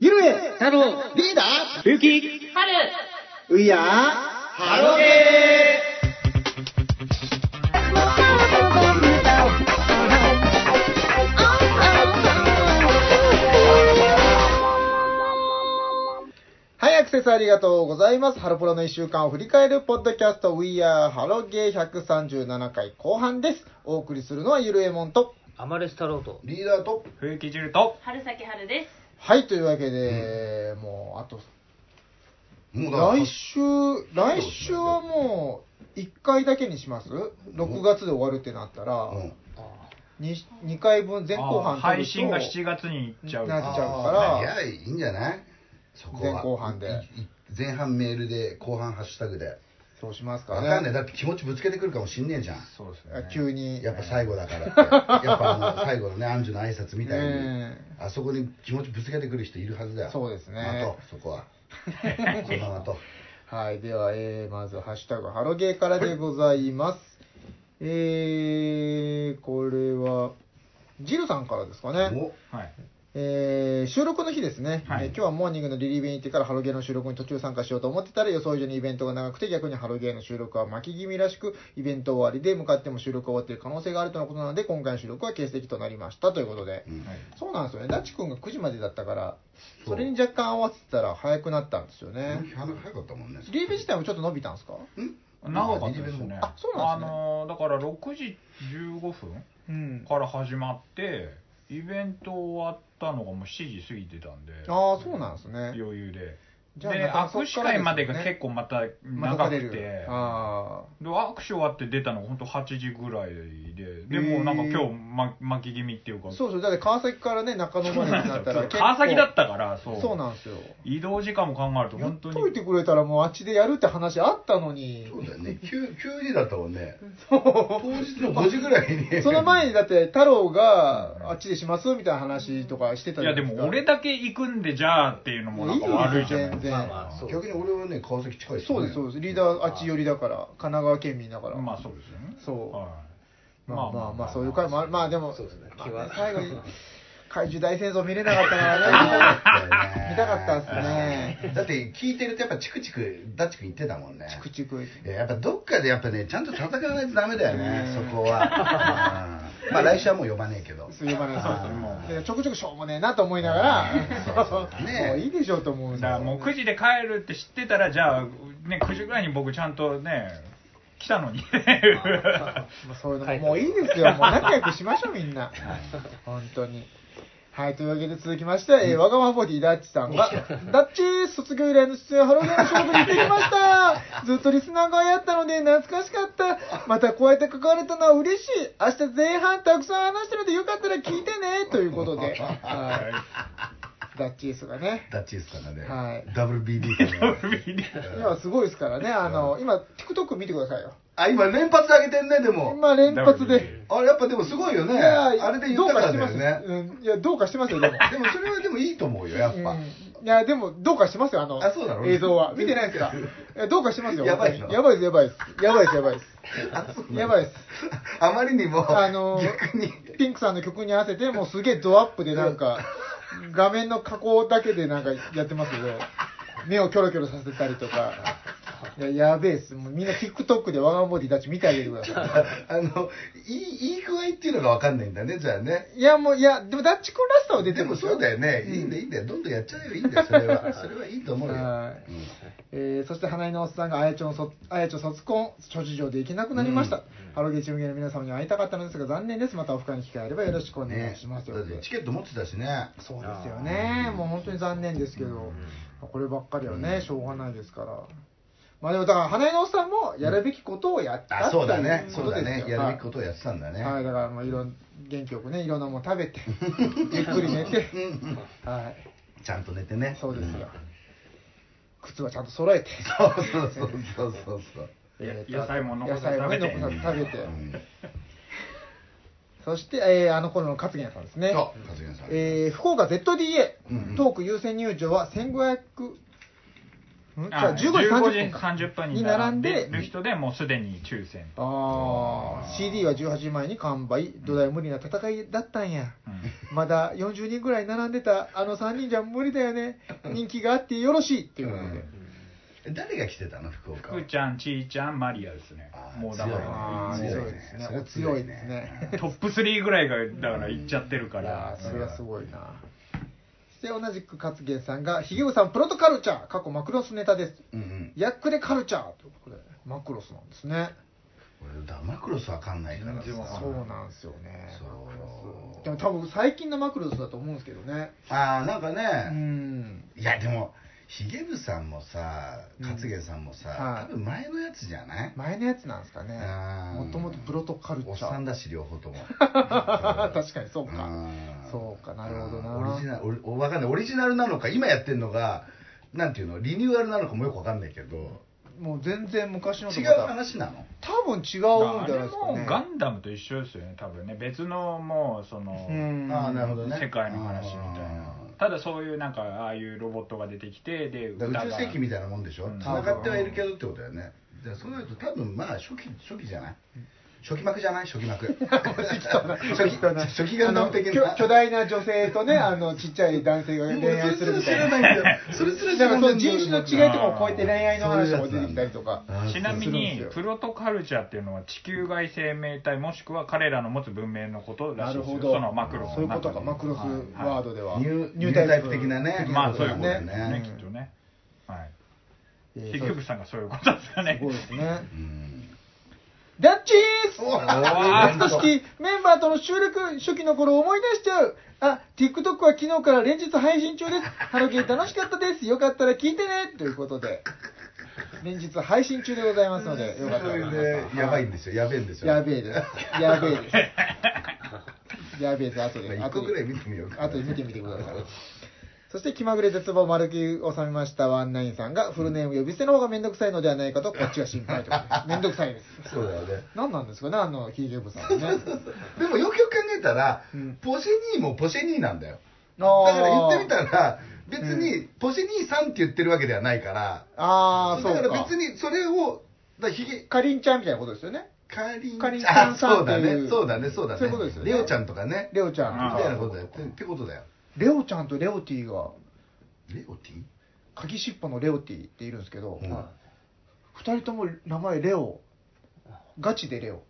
上太郎、リーダーゆき、春ウィアーハロゲーはい、アクセスありがとうございます。ハロプロの1週間を振り返るポッドキャスト We Are ハロゲー137回後半です。お送りするのはゆるえもんと。アマレス太郎と、リーダーと。冬木汁と、春先春です。はい、というわけで、もう、あと、もうだから来週、来週はもう、1回だけにします ?6 月で終わるってなったら、うんに 2, 回分前後あ半撮るとー配信が7月に行っちゃう。なっちゃうあいかや、いいんじゃないそこは前後半でいい前半メールで、後半ハッシュタグで。ら、そうしますかわね。かんない。だって気持ちぶつけてくるかもしんねえじゃん。そうですあね。急に。やっぱ最後だからっ て。やっぱあの最後のね、アンジュの挨拶みたいに、うんあそこに気持ちぶつけてくる人いるはずだよ。そうですねまと、そこ は。そのまと。はい、では、えー、まず、ハッシュタグ、ハロゲーからでございます。えー、これは、ジルさんからですかね。おはい。えー収録の日ですね、はえーい今日はモーニングのリリーベに行ってからハロゲーの収録に途中参加しようと思ってたら予想以上にイベントが長くて逆にハロゲーの収録は巻き気味らしくイベント終わりで向かっても収録が終わっている可能性があるとのことなので今回の収録は欠席となりましたということで、うんはいそうなんですよねダチ君が9時までだったからそうそれに若干合わせてたら早くなったんですよねこの日早かったもんね。リリーベ自体もちょっと伸びたんですか長かったですね。あそうなんですねあのーだから6時15分うんから始まって、イベント終わったのがもう7時過ぎてたんで、ああそうなんですね余裕で。じゃあで、なんかそっ握手からですよね会までが結構またまた長く取れてる、あで握手終わって出たのが本当8時ぐらいで、でへーもうなんか今日、ま、巻き気味っていうかあ、そうそうだって川崎からね中野までになった ら結構川崎だったから、そう。そうなんですよ移動時間も考えるとやっ本当にといてくれたらもうあっちでやるって話あったのにそうだよね。9, 9時だったもんね。当日の5時ぐらいに。その前にだって太郎があっちでしますみたいな話とかしてたいじゃやなでいですかも俺だけ行くんでじゃあっていうのもなんか悪いじゃない全です然、そう逆に俺はね、川崎近いしねそうですそうですリーダーあっち寄りだから神奈川県民だからか。まあまそうですよね。そうはい。あまあまあまあそういう回もあるまあでもそうですねまあね最後に怪獣大戦争見れなかったから ね見たかったっすねだって聞いてるとやっぱチクチクダチク言ってたもんねチクチクいややっぱどっかでやっぱねちゃんと戦わないとダメだよねうん そこはうんまあ来週はもう呼ばねえけどすいませんそうですねもうでちょくちょくしょうもねえなと思いながらそうそう ねもういいでしょうと思うんですよだからもう9時で帰るって知ってたらじゃあね9時ぐらいに僕ちゃんとね来たのに。まあそういうのももういいですよ、もう仲良くしましょう、みんな、本当に。はい、というわけで続きまして、えーわがままボディダッチさんが、ダッチー卒業以来の出演、ハロゲンの仕事に行ってきました、ずっとリスナーがやったので、懐かしかった、またこうやって関われたのは嬉しい、明日前半たくさん話してるので、よかったら聞いてね、ということで、はい、ダッチースがね、ダッチースからね、はい WBD からね今すごいですからね、あの今、TikTok 見てくださいよ、あ今連発で上げてんねでも今、連発で。あれやっぱでもすごいよねいやあれで言ったからだよねどうかしてますようん、いや、どうかしてますよ、でも。でもそれはでもいいと思うよやっぱ、うんいや、でも、どうかしてますよ、あの、あそうなの映像は。見てないです かいやどうかしてますよ。やばいっすよやばいです、やばいです。やばいです、やばいです。あそうなのやば いですあまりにもあのー逆にピンクさんの曲に合わせて、もうすげえドアップでなんか、画面の加工だけでなんかやってますけど、目をキョロキョロさせたりとか。いや、やべえっす。もうみんな TikTok でワガンボディたち見てあげてください。 あのいいいい具合っていうのがわかんないんだねじゃあねいや、もう、いや、でもダッチ君らしさは出てでるんもすそうだよね、いいんだいいんだよどんどんやっちゃえばいいんだよそれはそれはいいと思うよ、はいうんえーそして花井のおっさんがあやちょの卒あやちょ卒婚諸事情で行けなくなりました、ハロゲーチームゲーの皆様に会いたかったのですが残念ですまたオフ会に機会あればよろしくお願いねします、というだこっとでてチケット持ってたしねそうですよねもう本当に残念ですけど、こればっかりはねしょうがないですからまあでもだから花井のおっさんもやるべきことをやったあっていそうだねこそうとでだすよねやるべきことをやってたんだね、はい、はい、だからもういろん元気よくねいろんなもの食べ てゆっくり寝てはいちゃんと寝てねそうですよ、ん靴はちゃんと揃えてそうそうそうそうそう そうえー 野菜も残さず野菜もね食べて残さず食べて、うんそして、えーあの頃の勝元さんですね、そう勝元さんえー福岡 ZDA、うんうんトーク優先入場は1500うんじゃああ15 15時時30 30分分にに並並んんででる人でもうすでに抽選ああ CD は18時前に完売土台無理な戦いだったんやうんまだ40人ぐらい並んでたあの3人じゃ無理だよね人気があってよろしいっていうことで、誰が来てたの福岡福ちゃんちーちゃんマリアですねあーもうだかああら強いね強いですねそれは強強いいでねすねトップ3ぐらいがだからいっちゃってるかいやらーそれはすごいなそして同じく勝元さんが「ひげうさんプロトカルチャー過去マクロスネタですうんうんヤックでカルチャー」ということでマクロスなんですね俺ダマクロスわかんないからさ全然わかそうなんですよねそうマクロスでも多分最近のマクロスだと思うんですけどねああなんかうね、んいやでもひげぶさんもさうん勝元さんもさ、はい多分前のやつじゃない、前のやつなんですかねあーもともとプロトカルチャおっーさんだし両方とも 確かに そうかんそうかなるほどなうんオリジナルオリおわかんないオリジナルなのか今やってんのがなんていうのリニューアルなのかもよくわかんないけどもう全然昔のと違まうた話なの多分違うんあじゃなれいですかもねガンダムと一緒ですよね多分ね別のもうそのうんあーなるほどね世界の話みたいなただそういうなんかああいうロボットが出てきてでだ歌かがら宇宙世紀みたいなもんでしょうん戦ってはいるけどってことだよねじゃあそうなると多分まあ初期初期じゃない初期幕じゃない初 期幕初期初期ガンダム的あのな巨巨大な女性とね、あのちっちゃい男性がもう恋愛するみたい な。それすら知だらかないらそのんだよ人種の違いとかを超えて恋愛の話も出てきたりとか。あーちなみそうすにるんですプよロトカルチャーっていうのは地球外生命体もしくは彼らの持つ文明のことらなしいるでほすよど。そのマクロスそういのうこと中か、でマクロスワードでは。ニューニュータイプ的なねまあそういうことだでよすねうねきんっとねはいえー結局さんがそういうことですかねそうですね。うんダッチースおーえー夏と式メンバーとの収録初期の頃を思い出しちゃうあ TikTok は昨日から連日配信中ですハロゲー楽しかったですよかったら聞いてねということで連日配信中でございますのでよかったらそれでやばいんですよやべえんですよやべえですやべえ ですやべえです後でまあ一個後ぐらいで見てみようか後で見てみてくださいそして気まぐれ絶望丸木を収めましたワンナインさんがフルネーム呼び捨ての方がめんどくさいのではないかとこっちが心 配とかめんどくさいですそうだよね何なんですかねあのヒーゲブ さんはねでもよくよく考えたら、うんポシェニーもポシェニーなんだよだあーから言ってみたら別にポシェニーさんって言ってるわけではないから、ああ、そうだか。から別にそれをだからひげかりんちゃんみたいなことですよね。かりんかりんちゃんさんあそうだっていうねそうだねそうだねそういうことですよねレオちゃんとかねレオちゃん。みあーたいなことだよってってことだよレオちゃんとレオティが、レオティ鍵しっぽのレオティっているんですけど、うん二人とも名前レオ。ガチでレオ。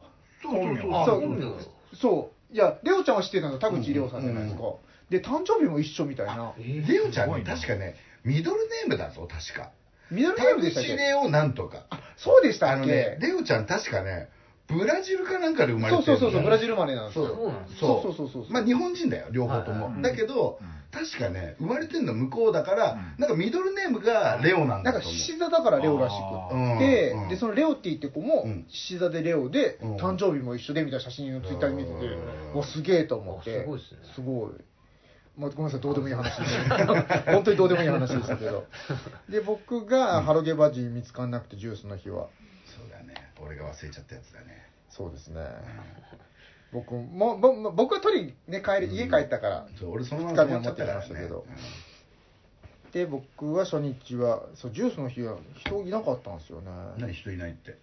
そうそうそうあそう本名そう。いや、レオちゃんは知ってたの田口レオさんじゃないですか。うんで、誕生日も一緒みたいな。レオちゃんすごねいな確かねミドルネームだぞ確かミドルネームでしたっ田け口レオなんとかそうでしたあっのけ、ねレオちゃん確かねブラジルかなんかで生まれそてうそうそるうそう、ブラジルル生まれなんですそうよ。そうそうそうそうそうまあ日本人だよ両方とも、はいはいだけど、確かね生まれてんの向こうだから、うんなんかミドルネームがレオなんなだんかと思う獅子座だからレオらしくって、あーうんでそのレオティって子もうん獅子座でレオで、うん誕生日も一緒でみたいな写真をツイッターで見てて、うんうわすげえと思ってあすごいっすねすごいまあ、ごめんなさいどうでもいい話です本当にどう でもいい話でしたけどで僕がハロゲバジー見つかんなくてジュースの日はそうだね俺が忘れちゃったやつだねそうですね僕もぼぼ僕は取りに、ね、帰る家帰ったから、そう俺そのま二ま日目止まは持っちゃっきってたかまらしたねけど、で僕は初日はそうジュースの日は人いなかったんですよねうん何人いないって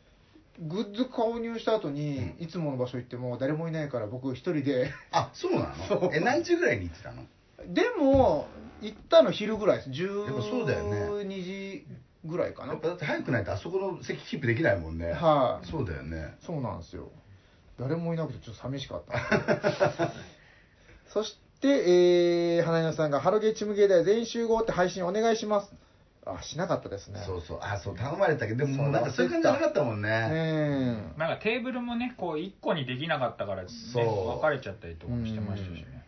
グッズ購入した後に、いつもの場所行っても誰もいないから僕一人 であそうなそうのえ何時ぐらいに行ってたのでも行ったの昼ぐらいですやっぱそうだよね12時ぐらいかなやっぱだって早くないとあそこの席キープできないもんねはいそうだよねそうなんですよ誰もいなくてちょっと寂しかった そして、えー、花井野さんが「ハロゲーチーム芸大全員集合」って配信お願いしますあしなかったですねそうそうあそう頼まれたけどでももうそうなんかそういう感じじゃなかったもんねねえなんかテーブルもねこう一個にできなかったから、ね、そう分かれちゃったりとかもしてましたしね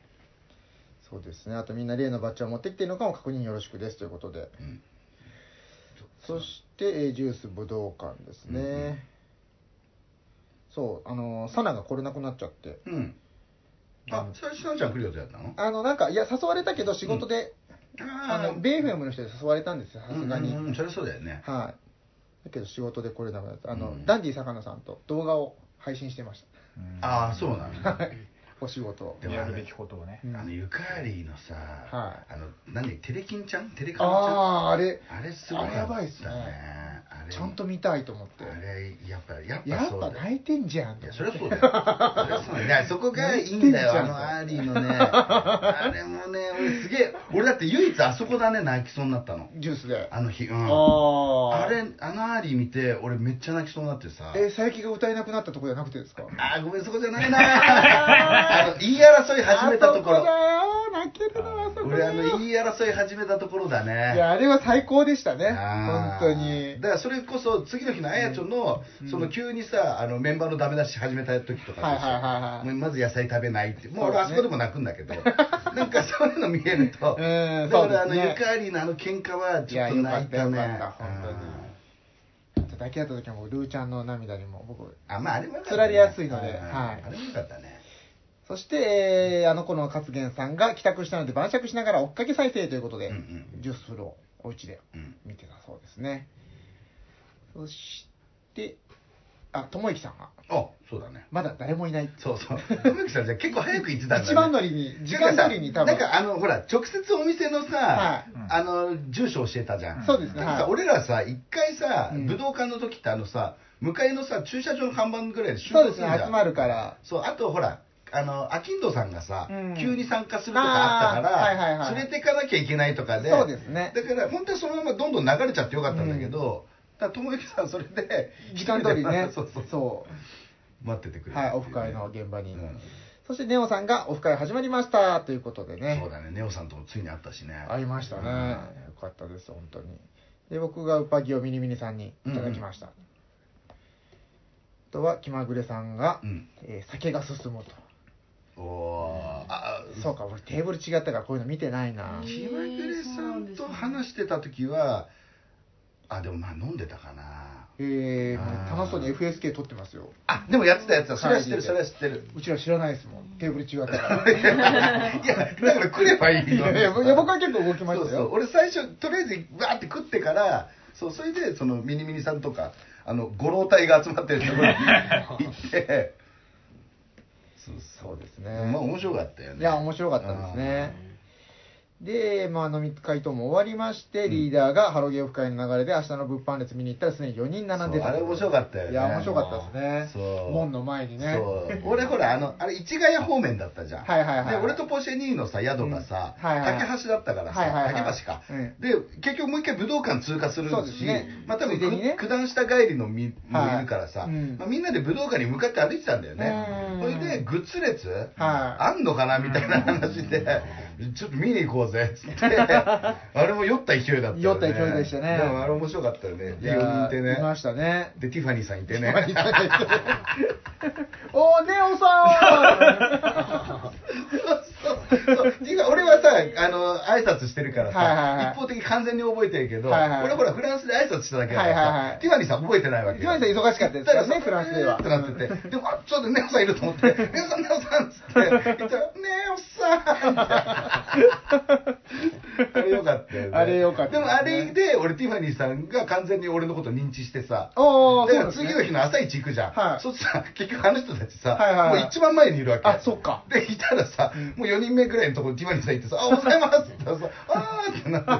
そうですねあとみんな例のバッジを持ってきているのかも確認よろしくですということでうんそして、えージュース武道館ですね、うんうんそうあのーサナが来れなくなっちゃってうんあ最初なちゃん来る予定だったのあのなんかいや誘われたけど仕事で、ああのベイフェムの人で誘われたんですよーさすがに、うんうんうんそりゃそうだよねはいだけど仕事で来れなくなってあの、うんダンディ坂野さんと動画を配信してましたうんああそうなんだお仕事をでもやるべきことをねうんあのゆかりのさ、はあの何テレキンちゃんテレカンちゃんああーあれあれすごかっあたれやばいっすねあれちゃんと見たいと思ってあれやっぱやっやぱっそうだぱよ泣いてんじゃんいとや思そりっゃてそうだよ。そりゃそうだよ。いやそこがいいんだよ、あのアーリーのね。あれもね、俺すげえ、俺だって唯一あそこだね、泣きそうになったの。ジュースであの日、うん。ああれ、あのアーリー見て、俺めっちゃ泣きそうになってさ。え佐伯が歌えなくなったとこじゃなくてですかあーごめん、そこじゃないな。あの、言い争い始めたとこあそだろ。よ泣けるのはあそこだ俺、あの、よ言い争い始めたところだいね。やあれは最高でしたね本あー当にだからそれこそ次の日のあやちょの、その急にさあのメンバーのダメ出し始めた時とかさ、はいはいはいはいもうまず野菜食べないってもそうですう俺ねあそこでも泣くん だけど、なんかそういうの見えると、うんだそうかでらあすの、ねゆかりのあの喧嘩はちょっといやよか泣ったいたよねかった本当にあと抱き合った時はもうルーちゃんの涙にも僕うんあまああれもよかったつられやすいのでうんはいあれもよかったねそして、えーあの頃の勝元さんが帰宅したので晩酌しながら追っかけ再生ということで、うんうんジュースフルをお家でうん見てたそうですね。そして、あ、ともゆきさんが、あそうだねまだ誰もいない。そうそう 友之さんじゃあ結構早く行ってたんだ、ね、一番乗りに、時間通りに多な分ん。かあのほら直接お店のさ、はいあの住所教えたじゃんそうですねだからさはい俺らさ一回さ、うん武道館の時ってあのさ向かいのさ駐車場の看板ぐらいで集そう合ですするねじゃん、、集まるから。そうあとほらあのアキンドさんがさ、うん急に参加するとかあったから、あーはいはいはい連れてかなきゃいけないとかでそうですねだから本当はそのままどんどん流れちゃってよかったんだけど、だから友之さんそれで時間通りね 。そうそうそうそ待っててくれう。たっはい、オてうねフ会の現場に。うんそして、ネオさんがオフ会始まりましたということでね。そうだねネオさんともついに会ったしね会いましたね、うんよかったです本当にで僕がウパギをミニミニさんにいただきました、あとは気まぐれさんが、うんえー酒が進むとおおあそうか俺テーブル違ったからこういうの見てないな気まぐれさんと話してた時はあでもまあ飲んでたかなえあー、ー楽しそうに FSK 撮ってますよあでもやってたやつだそれは知ってはるいそれは知ってるうちら知らないですもんテーブル違ったか いやだから来ればいいらいのやいやいや僕は結構動きましたよそうそう俺最初とりあえずバーって食ってからそうそれでそのミニミニさんとかあのご老体が集まってると ころに行ってそうそうですねまあ面白かったよねいや面白かったですねで、まあ、飲み会とも終わわりまして、リーダーがハロゲオフ会の流れで明日の物販列見に行ったらすでに4人並んでそうたあれ面白かったよねいや面白かったですねそう門の前にねそう俺ほらあのあれ市ヶ谷方面だったじゃんはいはいはいで俺とポシェニーのさ宿がさ、うんはいはいはい竹橋だったからさ、はいはいはい竹橋か、うんで結局もう一回武道館通過するしそうですねまあ多分ついでにねく九段下帰りのみもはいいるからさ、うんまあ、みんなで武道館に向かって歩いてたんだよねうんそれでグッズ列、はあんのかなみたいな話で、ちょっと見に行こうぜっつっ てあれも酔った勢いだったよね酔った勢いでしたねでもあれ面白かったよねいや4人いてねいましたね でティファニーさんいてねおーネオさそうそうていうか俺はさあの挨拶してるからさ、はいはいはい一方的に完全に覚えてるけど、はいはい俺ほらフランスで挨拶しただけだからさ、はいはいはいティファニーさん覚えてないわけティファニーさん忙しかったですからねださフランスではえーってなっててでもあちょっとネオさんいると思って「ネオさんネオさん」っ つって言ったら「ネオさん」あれよかったよねあれよかったですねでもあれで俺ティファニーさんが完全に俺のこと認知して さおーだからそうですね次の日の朝一行くじゃん、はいそしたら結局あの人たちさ、はいはいはいもう一番前にいるわけあそっかでいたらさ、もう4人目ぐらいのところにティファニーさん行ってさ「あおはようございます」って言ったらさ「あー」ってなってさ「お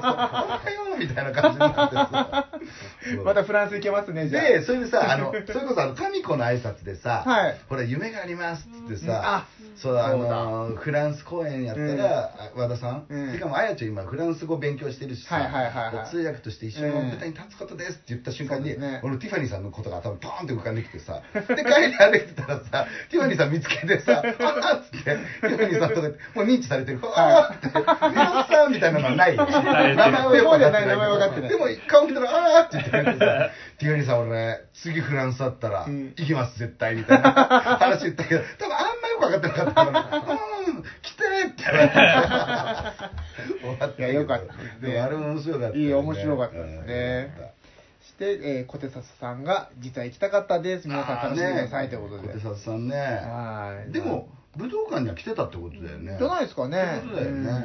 はよう」みたいな感じになってさん またフランス行けますねじゃあでそれでさあ のそれこそあの神子の挨拶でさ「はいほら夢があります」っつってうんあさ、そうあのフランス公演やったら、あ和田さん、うんしかもあやちゃん今フランス語勉強してるしさ、はいはいはいはい通訳として一緒に舞台に立つことですって言った瞬間に、そうですね俺ティファニーさんのことが頭にポーンって浮かんできてさで帰り歩いてた らさティファニーさん見つけてさ「あっ!」っつってティファニーさんとかってもう認知され てるから「あーって「皆さん」みたいなのはないよれてる名前はよくわかってない名前は分かってないでも顔見たら「あーって言ってくれてさ「ティファニーさん俺ね次フランスだったらうん行きます絶対」みたいな 話言ったけど多分あんまよく分かってなかったから「うん来て!」 って言われてさ終わったけどいやよかったですねでもあれも面白かったよねいい面白かったですねうんそして、えー、小手笹さんが実は行きたかったです皆さん楽しんでくださいということで、小手里さんねはいでも武道館には来てたってことだよねじゃないですかねってことだよね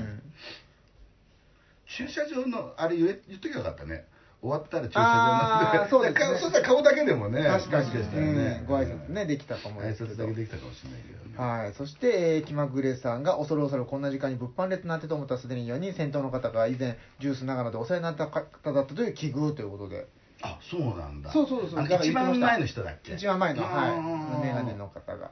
駐車場のあれ言え言っときゃよかったね終わったら駐車場になあっーてそうですねそしたら顔だけでもね確かにもししたらねうんご挨拶ねできたかも挨ですけ拶どだけできたかもしれないけどねはい、そして、えー気まぐれさんが恐る恐るこんな時間に物販列なんてと思ったらすでに4人先頭の方が以前ジュース長野でお世話になった方だったという奇遇ということであそうなんだそうそうそうあのだから一言ってまし番た前の人だっけ一番前のはうんうんうんいメガネの方が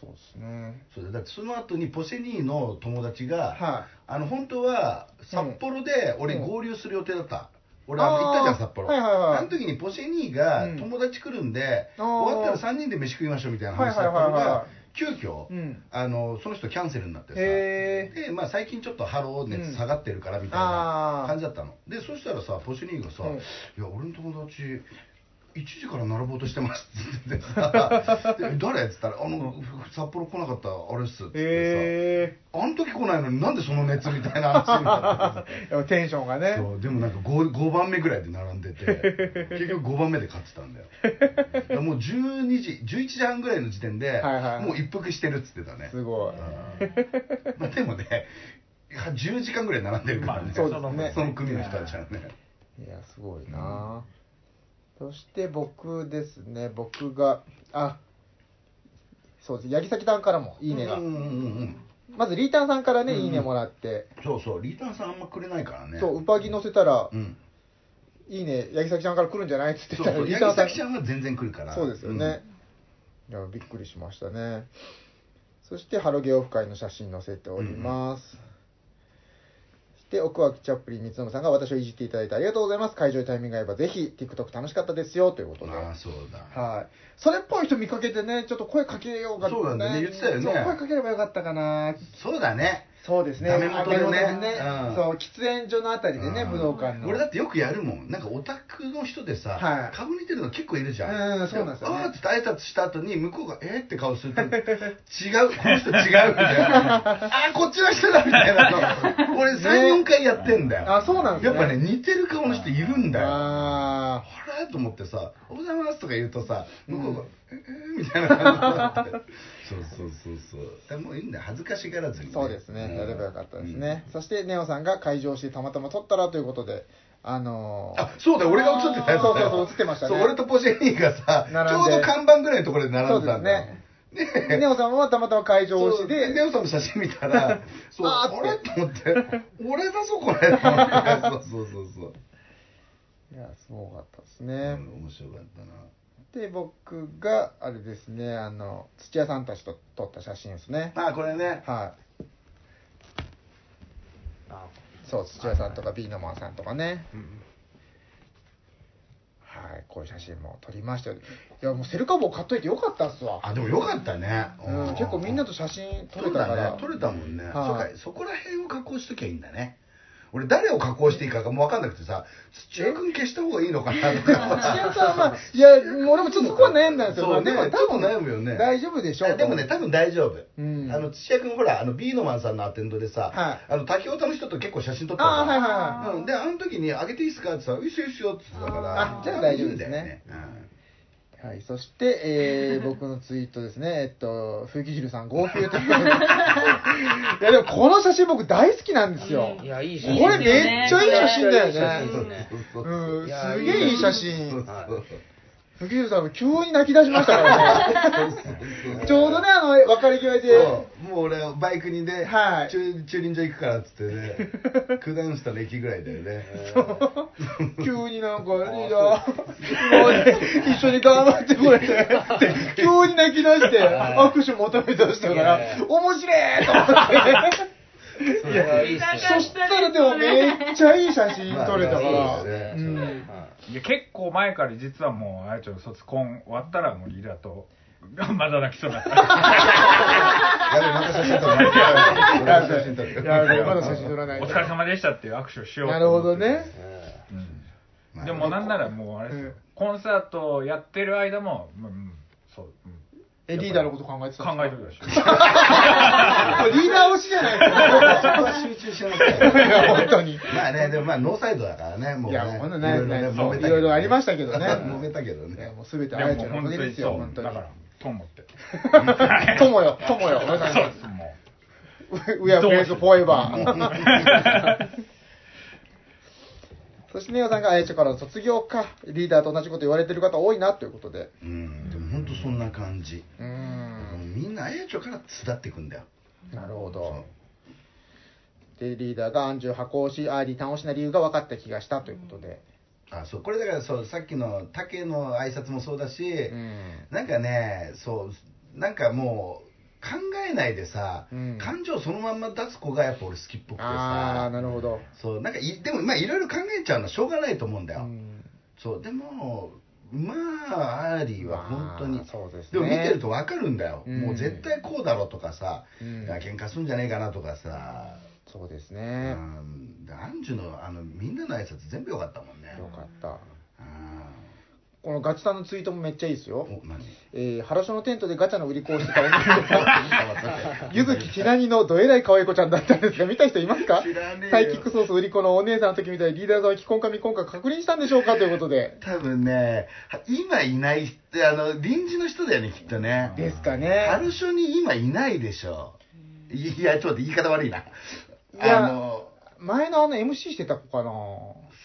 そうですねそうだだってその後にポセニーの友達が、はいあの本当は札幌で俺うん合流する予定だった、俺あの行ったじゃんあー札幌、はいはいはいあの時にポセニーがうん友達来るんで、あー終わったら3人で飯食いましょうみたいな話だったのが、はいはいはいはい急遽、うんあのその人キャンセルになってさへで、まあ、最近ちょっとハローうん熱下がってるからみたいなあー感じだったの、でそしたらさポセニーがさ、うんいや俺の友達1時から並ぼうとし てますって言ってさで誰って言ったら「あの札幌来なかったあれっす」って言ってさ、えあの時来ないのになんでその熱みたいな話にな ってー、テンションがねたそうでもなんか 5, 5番目ぐらいで並んでて結局5番目で勝って たんだよだからもう12時11時半ぐらいの時点で、はいはいもう一服してるっつってたねすごいうんま あでもね10時間ぐらい並んでるからまね,、あそうですねその組の人たちはねいやすごいな、そして僕ですね僕があそうです八木崎さんからもいいねが、うんうんうんうんまずリータンさんからね、うんうんいいねもらって、そうそうリーターンさんあんまくれないからねそう、ウパギ乗せたら、うんいいね、八木崎ちゃんから来るんじゃないっつってそたうら、そ うリー八タン木さ崎ちゃん、んは全然来るからそうですよね、いや、びっくりしましたね。そして、ハロゲオフ会の写真載せております。そして奥脇チャップリン三信さんが私をいじっていただいてありがとうございます会場にタイミングが合えばぜひ TikTok 楽しかったですよというこうとんでああそうだはいそれっぽい人見かけてねちょっと声かけようがそうなんだね言ってたよねそう声かければよかったかなそうだねそうですね。ダメ元でねダメ元でうんそう、喫煙所のあたりでね、うん武道館の。俺だってよくやるもんなんかオタクの人でさ、はい顔似てるの結構いるじゃん、うんそうなんですよねあーって挨拶した後に向こうがえー、って顔す ると違うこの人違うみたいなあーこっちの人だみたいなの俺ね34、回やってんだよあそうなんですねやっぱね似てる顔の人いるんだよああれと思ってさ「おはようございます」とか言うとさ向こうが「ええーみたいな感じにな ってそうそうそうそうだからもういいんだよ恥ずかしがらずにね、ーそうですね、んやればよかったですね。そして、ネオさんが会場してたまたま撮ったらということで、あのーあそうだよ俺が映ってたやつだよそうそうそう映ってましたねそう俺とポシェニーがさち並んょでうど看板ぐらいのところで並んでたんだよ ネオさんはたまたま会場そう押しで、レオさんの写真見 たらそうああーれと思って俺だぞこれと思ってそうそうそうそう、いや、すごかったですうん ね。面白かったで、僕が、あれですね、あの、土屋さんたちと撮った写真ですね。なあこれねはい。あそう、土屋さんとかビーノマンさんとかね。うんはい、こういう写真も撮りましたよ。いや、もうセルカ棒買っといてよかったっすわ。あでもよかったね、うん、結構みんなと写写真撮撮れれたかたら。ね撮れたもんね、はいそうかそこら辺を加工しときゃいいんだね俺誰を加工していいかがもう分かんなくてさ土屋君消した方がいいのかなとか土屋さんは、まあ、 いや、俺もちょっとそこは悩んだんですよ。そうねまあでもちょっと悩むよね大丈夫でしょあでもね多分大丈夫、うんあの土屋君ほらあのビーノマンさんのアテンドでさ、はいあの滝太の人と結構写真撮ったああ、かはいはいらはうん、であの時に「あげていいっすか?」ってさ「いいっすよいいっすよ」って言ってたからあじゃあ大丈夫ですねいいんだようんい。はい、そして、えー、 僕のツイートですね。えっと、冬木汁さん、号泣ということで。いや、でもこの写真僕大好きなんですよ。いやいい写真これめっちゃいい写真だいい写真よでね。すねそうそううん、いやすげえいい写そう真。そう冬木汁さん、急に泣き出しましたからね。ちょうどね、あの、別れ際で、そうもう俺バイクにね、はい駐駐輪場行くからっつって ね九段下の駅ぐらいだよね急になんか、いいな、もうね一緒に頑張ってくれて、急に泣き出して、はい握手求め出したかいやいら、や面白いと思って、いやいいっすねそしたらでもめっちゃいい写真撮れたかまらあまあいいで、すうねんいや結構前から実はもうあやちゃん卒コン終わったらもうリラとまだ泣きそ うだっやたべまた写真撮るまた写真撮るやべまだ写真撮らないお疲れ様でしたっていう握手をしようなとる思ほってどね。うんまあでもなんならもうあれですよ、うんコンサートやってる間も、うんうん、そう、うんえ、リーダーのこと考えてた考えてるるでしょ リーダー推しじゃないですそこは集中しなさか。いいや、本当に。まあね、でもまあノーサイドだからね、もういね。やもうほんとないろないろ揉めたけどいろいろありましたけどね 揉めたけどいやね。もうすべてであやちもゃんのお本かげ当にですそよ、う本当にだか。らと思って 友よ、友よ、俺たち そうです もウェアフェイスフォーエバー。 そしてネガさんが、えー、チョコラの卒業か、リーダーと同じこと言われてる方多いなということで。うん、でも本当そんな感じ。うー。もうんみんなあやちょから伝っていくんだよ。なるほそど。で、リーダーが安住箱押し、アーリー倒しな理由が分かった気がしたということで。あ、そう、これだから、そう、さっきの竹の挨拶もそうだし、うん。なんかね、そう、なんかもう、考えないでさ、うん感情そのまんま出す子がやっぱ俺好きっぽくてああ、さ、なるほど。そう、なんかい、でもまあいろいろ考えちゃうのはしょうがないと思うんだうよ。ん。そう、でも、まあ、アーリーは本当に、まあそうですねも見てるとわかるんだよ、うんもう絶対こうだろうとかさ、うん喧嘩するんじゃねえかなとかさ、そうですうね。ん、でアンジュのあのみんなの挨拶全部良かったもんね。よかった。あこのガチさんのツイートもめっちゃいいですよ。お、何えー、原所のテントでガチャの売り子をしてた女の子 が、ゆずきひなにのどえらい可愛い子ちゃんだったんですが、見た人いますか知らねえよサイキックソース売り子のお姉さんの時みたいにリーダーさんは既婚か未婚か確認したんでしょうかということで。多分ね、今いない人、あの、臨時の人だよね、きっとね。ですかハねル。ショに今いないでしょ。い や、ちょっと待って言い方悪いな。いやあの、前のあの MC してた子かな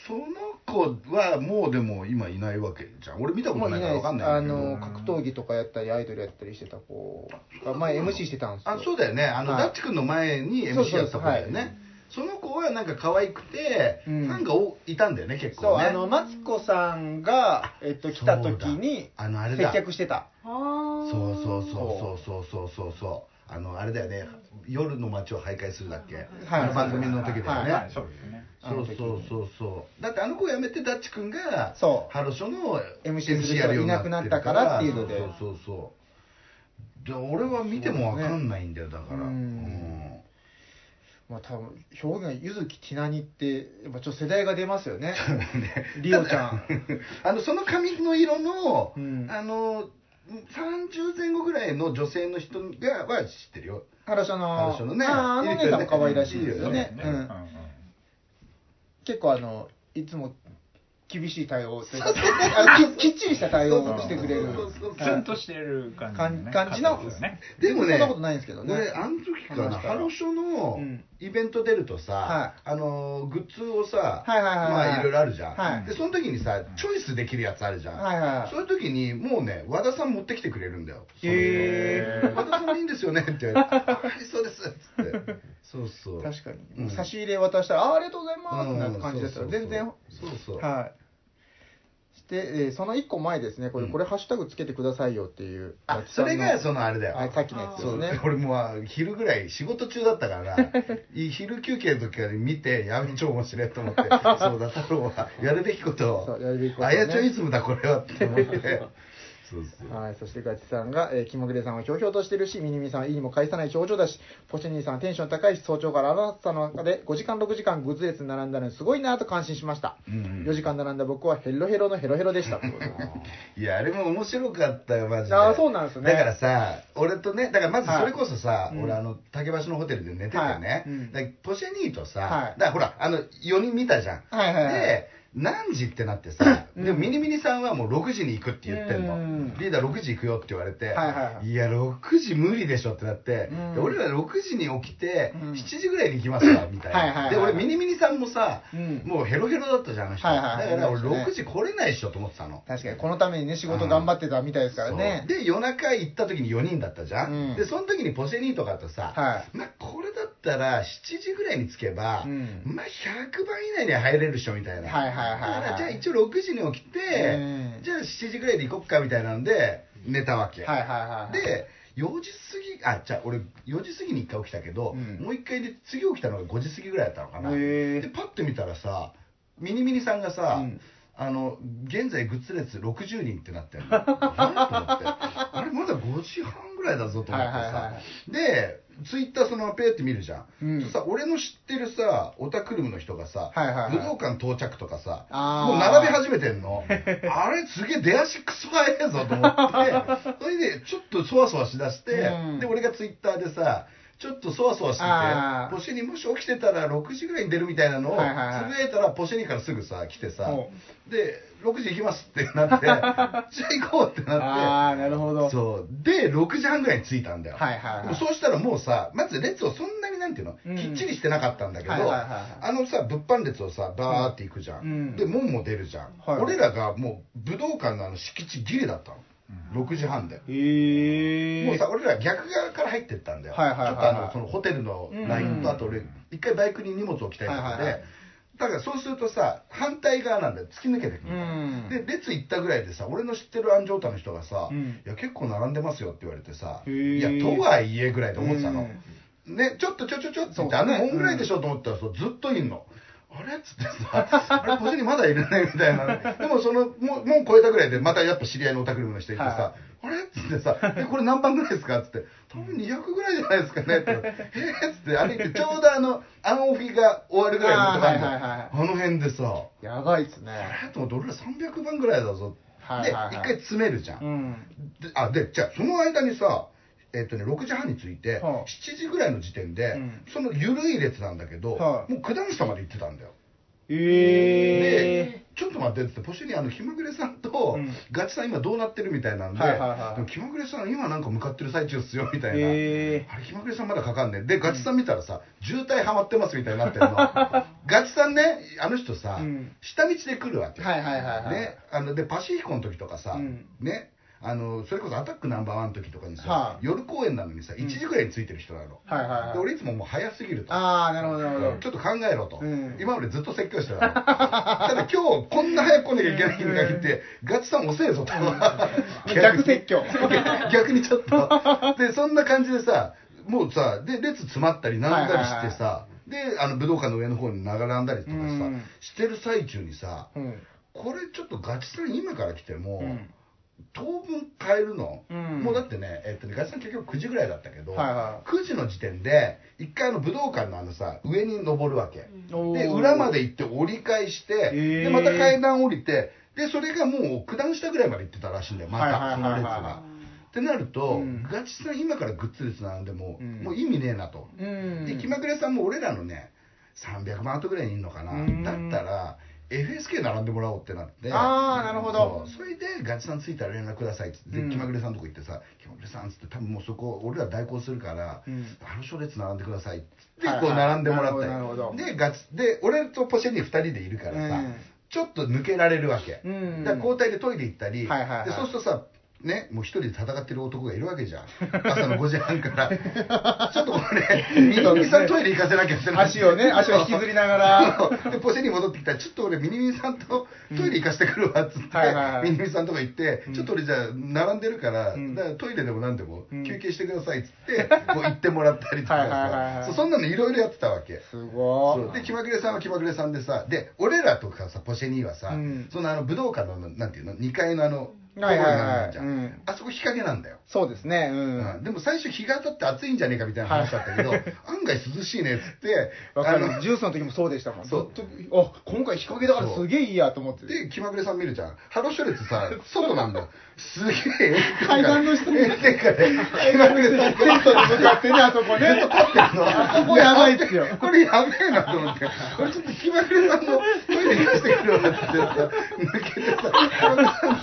その子はもうでも今いないわけじゃん。俺見たことないからわかんないあんだけどの、格闘技とかやったり、アイドルやったりしてた子が、前 MC してたんですよ。あ、そうだよね。あの、はいダッチ君の前にそうそうそう MC やった子だよね。その子はなんか可愛くて、うんなんかおいたんだよね、結そう、構ね。あの、マツコさんが、えっと、来た時に、そうだあのあれ接だ客してた。あそうそうそうそうそうそうそうそうあのあれだよね夜の街を徘徊するだっけ、あの番組の時だよね、はい、そうですね。あのそう時そうそうそうだってあの子辞めてダッチ君がそうハロショの MC する人がいなくなったからっていうのでそうそうそうで俺は見ても分かんないんだよだかうらんうんまあ多分表現ゆずきちなにってやっぱちょっと世代が出ますよ ねリオちゃんあのその髪の色の、うんあの30前後ぐらいの女性の人がは知ってるよ原所のハロショのねあああのお姉さんも可愛らしいですよねいいうんうんうん結構あのいつも厳しい対応というかあのききっちりした対応をしてくれるそうそうそうちゃんとしてる感じのね、感じの方ですよね。でもねそんなことないんですけどね俺あの時かな話したハらロショのうんイベント出るとさ、あのグッズをさ、はいはいはいはいまあいろいろあるじゃん、はいでその時にさチョイスできるやつあるじゃん、はいはいそういう時にもうね和田さん持ってきてくれるんだよへその人和田さんでいいんですよねって言われて あはいそうですっつってそうそう確かに、うん差し入れ渡したらあーありがとうございますってなる感じですうよん全然そうそうはいして、えーその1個前ですねこれ、うんこれハッシュタグつけてくださいよっていうあそれがそのあれだよあさっきのやつでそすうね俺もう昼ぐらい仕事中だっ たからない昼休憩の時から見てやべ超面白いと 思ってそうだ太郎はやるべきことをそうやるべきことをあねやちょイズムだこれはっ て思ってそうそうはい、そしてガチさんが、えー、キモグレさんはひょうひょうとしてるし、ミニミさんはいいにも返さない表情だし、ポチェニーさんはテンション高いし、早朝からあなたの中で5時間、6時間グッズ列に並んだのにすごいなぁと感心しました。うん4時間並んだ僕はヘロヘロのヘロヘロで した。はいやあれも面白かったよマジであーそうなんですねだからさ俺とねだからまずそれこそさ、はいうん俺あの竹橋のホテルで寝ててね、はいうんだからポシェニーとさ、はいだからほらあの4人見たじゃん、はいはいはいで何時ってなってさ、うんでもミニミニさんはもう6時に行くって言ってんの、うんリーダー6時行くよって言われて、はいはいはいや6時無理でしょってなって、うんで俺ら6時に起きて、うん7時ぐらいに行きま すわみたいなはいはいはいで俺ミニミニさんもさ、うんもうヘロヘロだったじゃんあの人、はいはいだから俺そうですね6時来れないでしょと思ってたの確かに、このためにね、仕事頑張ってたみたいですからね。そうで夜中行った時に4人だったじゃん、うんでその時にポシェニーとかとさ、はまあ、これだったら7時ぐらいに着けば、うんまあ100番以内には入れるっしょみたいな、はいはいはいはいだからじゃあ一応6時に起きて、うんじゃあ7時ぐらいで行こっかみたいなんで寝たわけ、はいはいはいはい。で4時過ぎあじゃあ俺4時過ぎに1回起きたけど、うんもう1回で次起きたのが5時過ぎぐらいだったのかなへーでパッて見たらさミニミニさんがさ、うんあの現在グッズ列60人ってなっ てるの何と思ってあれまだ5時半ぐらいだぞと思ってさ、はいはいはいはでツイッターそのままペーって見るじゃん、うんそしたら俺の知ってるさオタクルムの人がさ、はいはいはい武道館到着とかさあーもう並び始めてんの あれすげえ出足クソ早えぞと思って それでちょっとそわそわしだして、うんで俺がツイッターでさちょっとそわそわしてあーて、ポシェにもし起きてたら6時ぐらいに出るみたいなのをつぶはいはいはいやいたら、ポシェにからすぐさ、来てさほ、で、6時行きますってな って、じゃあ行こうってなあっあ、なるほて、ど。そう。で、6時半ぐらいに着いたんだよ。はいはいはいそうしたらもうさ、まず列をそんなになんていうの、うんきっちりしてなかったんだけど、はいはいはいはいあのさ物販列をさバーって行くじゃん、うんで門も出るじゃん、はい俺らがもう武道館のあの敷地ギリだったの、6時半で、ええもうさ俺ら逆側から入ってったんだよ、はいはいはいはいちょっとあのそのホテルのラインと、うんあと俺一回バイクに荷物置きたいとかで、はいはいはいだからそうするとさ反対側なんだよ突き抜けてくうる、んで列行ったぐらいでさ俺の知ってる安城太の人がさ、うんいや結構並んでますよ」って言われてさ「へいーやとはいえ」ぐらいで思ってたの、ねちょっとちょちょちょって言って、あのもんぐらいでしょと思ったらそうずっといんの。あれっ つってさ、あれ、ポジにまだいるねみたいな。でも、その、もう、もう超えたぐらいで、またやっぱ知り合いのお宅の人いてさ、はあれっつってさ、え、これ何番ぐらいですかっつって、多分200ぐらいじゃないですか ねって。えーっつって、あれ、ちょうどあの、アンオフィが終わるぐらいのとこあんだよあーはいはいはいあの辺でさ、やばいっすあねれと思って、俺ら300番ぐらいだぞ。はいはいはいで、一回詰めるじゃん。うんであでじゃあその間にさえっとね、6時半に着いて、はあ7時ぐらいの時点で、うんその緩い列なんだけど、はいもう九段下まで行ってたんだよ、ええでちょっと待ってって言ってポシュにあの気まぐれさんと、うんガチさん今どうなってるみたいなんで,、はいはいはいでも気まぐれさん今なんか向かってる最中っすよみたいな、えあれ気まぐれさんまだかかんねえでガチさん見たらさ渋滞はまってますみたいになってる のガチさんねあの人さ、うん下道で来るわけ、はいはいはいはいね、あのでパシフィコの時とかさ、うんねあのそれこそアタックナンバーワンの時とかにさ、はい夜公演なのにさん1時ぐらいについてる人なの、はいはいはいで俺いつももう早すぎるとああなるほどなるほちょっと考えろと、うん今までずっと説教してたのただ今日こんな早く来なきゃいけない日に限って、ガチさん遅えぞと ど逆説教逆にちょっと。で、そんな感じでさ、もうさ、で、列詰まったり、並んだりしてさ、で、あの、武道館の上の方に並んだりとかさうん、してる最中にさ、うんこれちょっとガチさん今から来ても、うん当分変えるの、うんもうだってね,、えっとねガチさん結局9時ぐらいだったけど、はいは9時の時点で一回あの武道館のあのさ上に登るわけ、おーで裏まで行って折り返して、へーでまた階段降りてでそれがもう九段下ぐらいまで行ってたらしいんだよまた、はいはいはいはいその列が。ってなると、うんガチさん今からグッズ列なんでも、ううんもう意味ねえなと。うんで気まぐれさんも俺らのね300万後ぐらいにいるのかな、うんだったら FSK 並んでもらおうってなってあーなるほどそうそれでガチさんついたら連絡くださいっつって、でうん気まぐれさんのとこ行ってさ「気まぐれさん」っつって多分もうそこ俺ら代行するから、うんあの書列並んでくださいっつってはいはいこう並んでもらったり、なるほどなるほどでガチで俺とポシェに2人でいるからさ、うんちょっと抜けられるわけ、うんだから交代でトイレ行ったり、はいはいはいでそうするとさね、もう一人で戦ってる男がいるわけじゃん朝の5時半 からちょっとこれミニミニさんトイレ行かせなきゃいけない足をね足を引きずりながらそうでポシェに戻ってきたらちょっと俺ミニミニさんとトイレ行かせてくるわっつって、はいはいはいミニミニさんとか行って、ちょっと俺じゃあ並んでるから,、うんだからトイレでも何でもうん休憩してくださいっつって、こう行ってもらったりとかはいはいはいはいさそうそんなのいろいろやってたわけすごそういで気まぐれさんは気まぐれさんでさで俺らとかさポシェニーはさ、うんそのあの武道館のなんていうの2階のあのはいはいはいところにあるじゃんうんあそこ日陰なんだよ、そうですねうんうんでも最初日が当たって暑いんじゃねえかみたいな話だった けど、案外涼しいねっつってわかあのるジュースの時もそうでしたもんそうずっとあ今回日陰だからすげえいいやと思ってで気まぐれさん見るじゃんハローショレツさ外なんだよすげえ階段の下に炎天下で気まぐれさんテントに向かってねあそこね ずっと立ってるのあそこやばいっすよこれやべえなと思って、これちょっと気まぐれさんのトイレ行かしてくれよって言ってさ、抜けてさ、気まぐれさんっ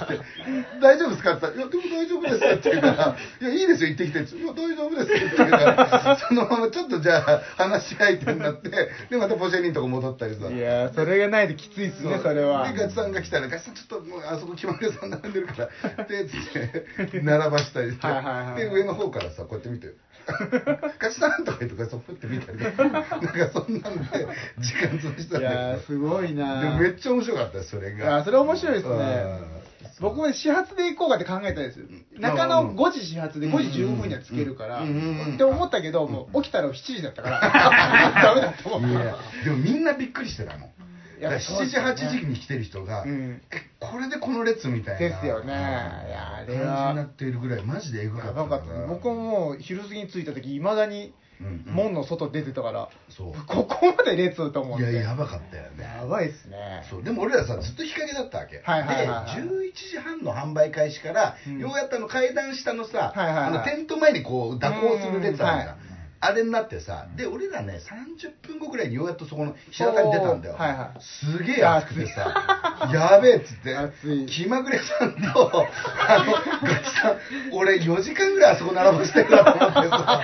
て、大丈夫ですかって言ったら、いや、でも大丈夫ですって言うから、いや、いいですよ、行ってきてって、いや、大丈夫ですって言うから、そのままちょっとじゃあ、話し相手になって、で、またポシェニーのとこ戻ったりさ。いやーそれがないときついっすねそれはでガチさんが来たら「ガチさんちょっともうあそこ気まぐれさん並んで るから」でつって並ばしたりしてはいはいはいで上の方からさこうやって見て「ガチさん」とか言ってこうやってふって見たりなんかそんなんで時間潰したんいやだーけすごいどなでもめっちゃ面白かったよそれあがーそれ面白いですうねん僕も始発で行こうかって考えたんですよ中野5時始発でうん5時15分には着けるからうっんうんうんて思ったけどもう起きたら7時だったから ダメだと思いっやでもみんなびっくりしてたのてだから7時8時に来てる人が、うんえこれでこの列みたいなですよねうんいやあれは感じになっているぐらいマジでエグかやっばたかったね僕ももう昼過ぎに着いた時いまだにうんうん門の外出てたからそうここまで列と思っいてややばかったよねやばいっすねそうでも俺らさずっと日陰だったわけ、はいはいはいはいで11時半の販売開始から、うんようやったの階段下のさ、はいはいはいあのテント前にこう蛇行する列あるじゃん、あれになってさ、で、俺らね、30分後ぐらいにようやっとそこの日向に出たんだよ。おーはいはいすげえ暑くてさ、やべえっつって、暑い気まぐれさんと、あの、ガキさん、俺4時間ぐらいあそこ並ばしてるなと思っ てさ、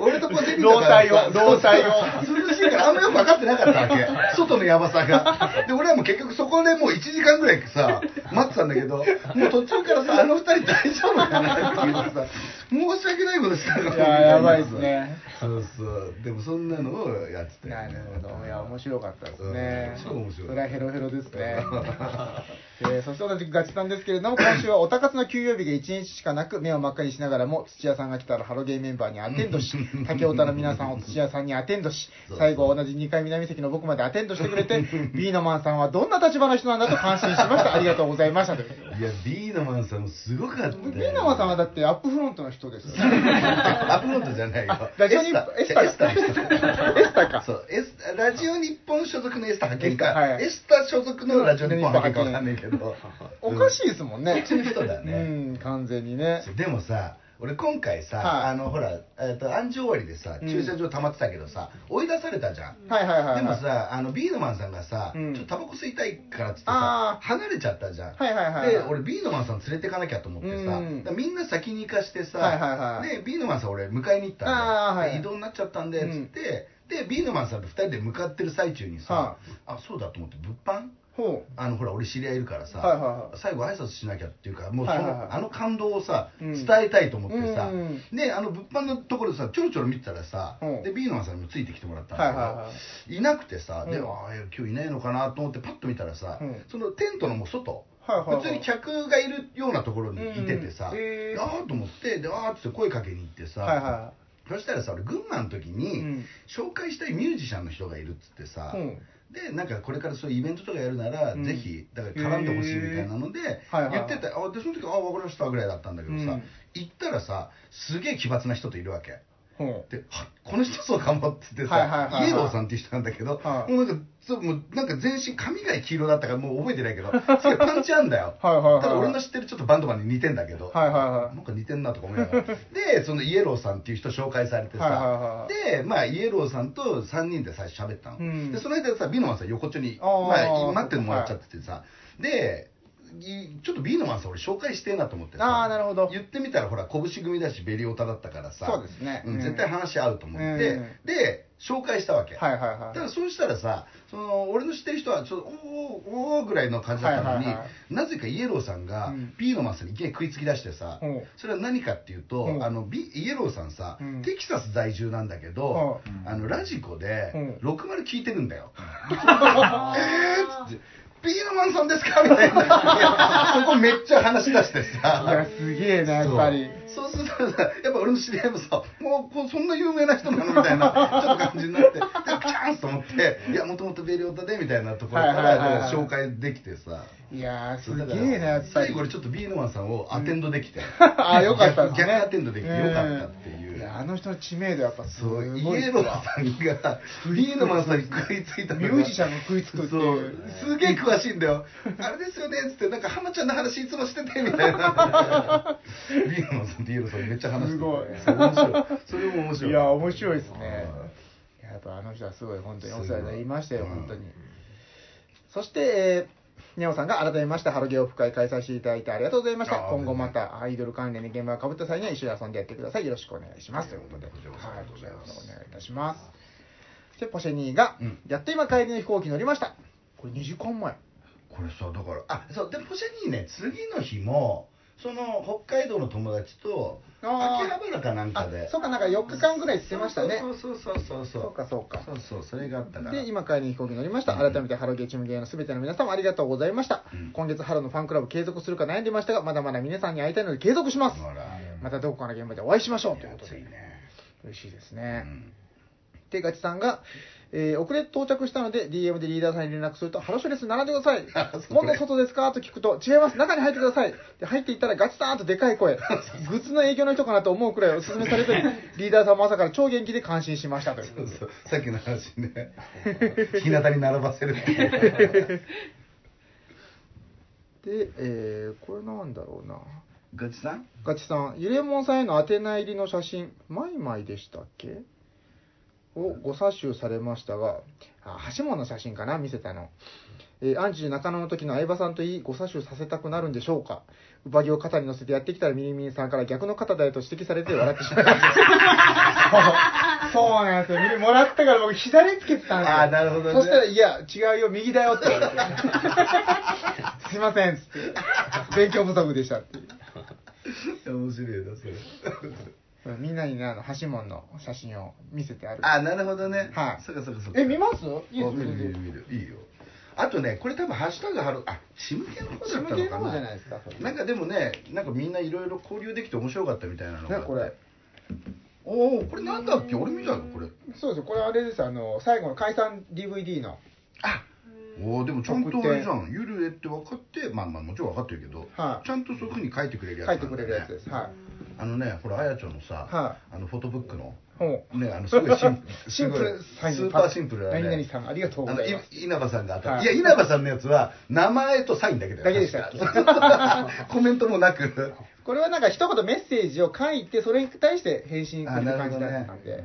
俺とこう出てたからさ 老体をそうそう涼しいからあんまよく分かってなかったわけ。外のやばさが。で、俺はもう結局そこでもう1時間ぐらいさ、待ってたんだけど、もう途中からさ、あの2人大丈夫かなっていうさ、申し訳ないことしたのいややばいですね。そうそう。でもそんなのをやってたよなねるほど。いや、面白かったですね。うん超面白いそれはヘロヘロです ね。えーそして同じくガチさんですけれども、今週はおたかつの休養日が1日しかなく、目を真っ赤にしながらも、土屋さんが来たらハロゲーメンバーにアテンドし、竹太の皆さんを土屋さんにアテンドしそう、最後は同じ2階南席の僕までアテンドしてくれて、B のマンさんはどんな立場の人なんだと感心しました。ありがとうございました。ということでいや、B のマンさんもすごかったよ。 B のマンさんはだってアップフロントの人ですよね。アップロードじゃないよ。ラジオ日エエススタタエスタの人エスタかそう、エスラジオ日本所属のエスタ派遣エスタか、はいエスタ所属のラジオ日本派遣かわかんないけど。おかしいですもんうんこねっ。ちの人だようね。ん、完全にね。でもさ、俺今回さ、はいあのほら、えっと安城終わりでさ、うん駐車場溜まってたけどさ、追い出されたじゃん。はいはいはいはい。でもさ、あのビーノマンさんがさ、うんちょっとタバコ吸いたいからっつってさあ、ー離れちゃったじゃん。はいはいはいはいで、俺ビーノマンさん連れてかなきゃと思ってさ、うんだからみんな先に行かしてさ、はいはいはいで、ビーノマンさん俺迎えに行ったんだよあーはいで移動になっちゃったんで、つって、で、ビーノマンさんと2人で向かってる最中にさ、はあ、そうだと思って、物販ほあのほら俺知り合いいるからさ、はいはいはい最後挨拶しなきゃっていうかもうその、はいはいはいあの感動をさう伝んえたいと思ってさ、うんうんであの物販のところでさちょろちょろ見てたらさ、うんでビーノマンさんにもついてきてもらったんだけど、、はいはいはいなくてさ、でうあんあいや今日いないのかなと思ってパッと見たらさ、うんそのテントのもう外、はいはいはい普通に客がいるようなところにいててさ、うんうんへーああと思ってでああっつって声かけに行ってう。さ、はいはそしたらさ俺群馬の時に、うん紹介したいミュージシャンの人がいるっつってさ、うんでなんかこれからそういうイベントとかやるなら、うんぜひだから絡んでほしいみたいなので、はいはい言ってたあでその時あ分かりましたぐらいだったんだけどさ、うん行ったらさすげえ奇抜な人といるわけ。い。ほではこの人そうかもって言ってさ、はいはいはいはいイエローさんっていう人なんだけど、はいもうなんかそうもうなんか全身髪が黄色だったからもう覚えてないけどすげえパンチあんだよはいはいはいはいただ俺の知ってるちょっとバンドマンに似てんだけど、はいはいはいなんか似てんなとか思いながら でそのイエローさんっていう人紹介されてさ、はいはいでまあイエローさんと3人で最初喋ったの、うんでその間さビノマンさん横っちょにあーまあ、待ってもらっちゃっててさ、でいちょっとビーノマンさん俺紹介してえなと思ってさあーなるほど言ってみたらほら拳組だしベリオタだったからさそうですねんうん絶対話合うと思って、うんで紹介したわけ、はいはいはいだからそうしたらさその俺の知ってる人はちょっとおーおーぐらいの感じだったのはいに、はいはなぜかイエローさんが、うんビーノマンさんにいきなり食いつき出してさ、うんそれは何かっていうと、うんあのビイエローさんさ、うんテキサス在住なんだけど、うんあのラジコでうん60聞いてるんだよ、 えーっつってビーノマンさんですかみたいないやそこめっちゃ話し出してい。いや、さすげえな、やっぱり。そうそうするとさやっぱ俺の知り合いもさもうこうそんな有名な人なのみたいなちょっと感じになってでチャンスと思っていやもともとベリオタでみたいなところかはいはいはいはいら紹介できてさいやー、すそうだからげえな、やっぱ最り後。俺ちょっとビーノマンさんをアテンドできて、あー、よかったですね。逆逆アテンドできてよかったっていう、んや、あの人の知名度やっぱすそごうい。イエローさんがビーノマンさんに食いついたのがミュージシャンが食いつくっていうそうすげえ詳しいんだよあれですよねっつってなんか浜ちゃんの話いつもしててみたいなビーノマンさんとイエローさんめっちゃ話すしててごいそう面白いそれも面白いいや、面白いですね。いややっぱあの人はすごい、本当にお世話になりましたよ、すごい本当に。そして、えー、ニャオさんが改めまして、ハロゲオフ会開催していただいてありがとうございましあた。ー今後またアイドル関連の現場をかぶった際には一緒に遊んでやってください。よろしくお願いします。といいやうことで。こちらこそありがとうございますお願いいたします。で、ポシェニーが、うんやっと今帰りの飛行機に乗りました。これ2時間前。これさだからあそうでポシェニーね次の日もその北海道の友達とあー秋葉原かなんかであそうか、なんか4日間ぐらいしてましたね。そうそうそうそうそうそうかそうかそうそうそれがあったからで今帰りに飛行機に乗りました改めてハロゲーチームゲーのすべての皆様ありがとうございました、うん今月ハロのファンクラブ継続するか悩んでましたがまだまだ皆さんに会いたいので継続しますほらまたどこかの現場でお会いしましょういといやうこと暑いでね嬉しいですうね、んでガチさんが、えー遅れて到着したので DM でリーダーさんに連絡するとハロショレス並んでください あそう門の外ですかと聞くと違います中に入ってくださいで入っていったらガチさんとでかい 声グッズの営業の人かなと思うくらいお勧めされたりリーダーさんも朝から超元気で感心しましたというそうそうさっきの話ね 日向に並ばせるっていうで、えーこれなんだろうなガチさん ガチさんゆれもんさんへの宛名入りの写真マイマイでしたっけをご殺臭されましたが、あ橋本の写真かな、見せたの。えーアンチ中野の時の相葉さんといいご殺臭させたくなるんでしょうかウバギを肩に乗せてやってきたらミニミニさんから逆の肩だよと指摘されて笑ってしまいました。 そうなんですよ。ミニもらったから僕左つけてたんですよ。あーなるほどねそしたら、いや、違うよ、右だよって言われて。 すいません、つって。勉強不足でしたっていう。面白いな、それ。みんなにね、あの、橋本の写真を見せてある。あ、なるほどね。はいそうかそうかそうか。え、見ますいいあです見る見る見る。いいよ。あとね、これ多分ハッシュタグ貼る、あ、シム系の方だったのシム系のか方な。じゃないですかそれなんかでもね、なんかみんないろいろ交流できて面白かったみたいなのがあっね、て。これ。おお、これなんだっけ俺見たのこれ。そうですよこれあれです、あの、最後の解散 DVD の。あおおでもちゃんとあれじゃんゆるえって分かってまあまあもちろん分かってるけど、はいちゃんとそういうふうに書いてくれるやつ書なんいてくれだよねるやつです。はい。あのねほらあやちゃんのさ、はあのフォトブックのほうねあのすごいシンプル シンプルすごサイいンスーパーシンプルだね何々さんありがとうございますあの稲葉さんがあった、はいい、や稲葉さんのやつは名前とサインだけだよだけでしたっけ確か コメントもなくこれはなんか一言メッセージを書いて、それに対して返信すあるなる感ほじどねだったんで。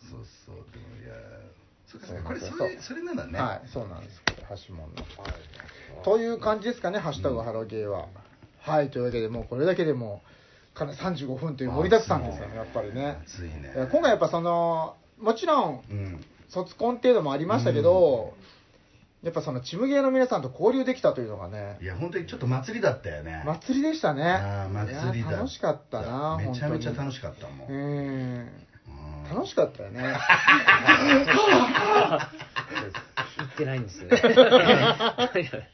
そうそうでもいやそうかそそううなかんこれですよそれそれなんだね、はい、そうなんです。橋本の。という感じですかね、ハッシュタグハロゲーは。はい、というわけで、もうこれだけでもう、かなり35分という盛りだくさんですよね、やっぱりね。ついねいや今回やっぱその、もちろん、うん卒コンっていうのもありましたけど、やっぱそのチムゲーの皆さんと交流できたというのがねい、や本当にちょっと祭りだったよね祭りでしたね。あー祭りだいや楽しかったな、めちゃめちゃ楽ししかったもん、うん。うん楽しかったよね。行ってないんですよね。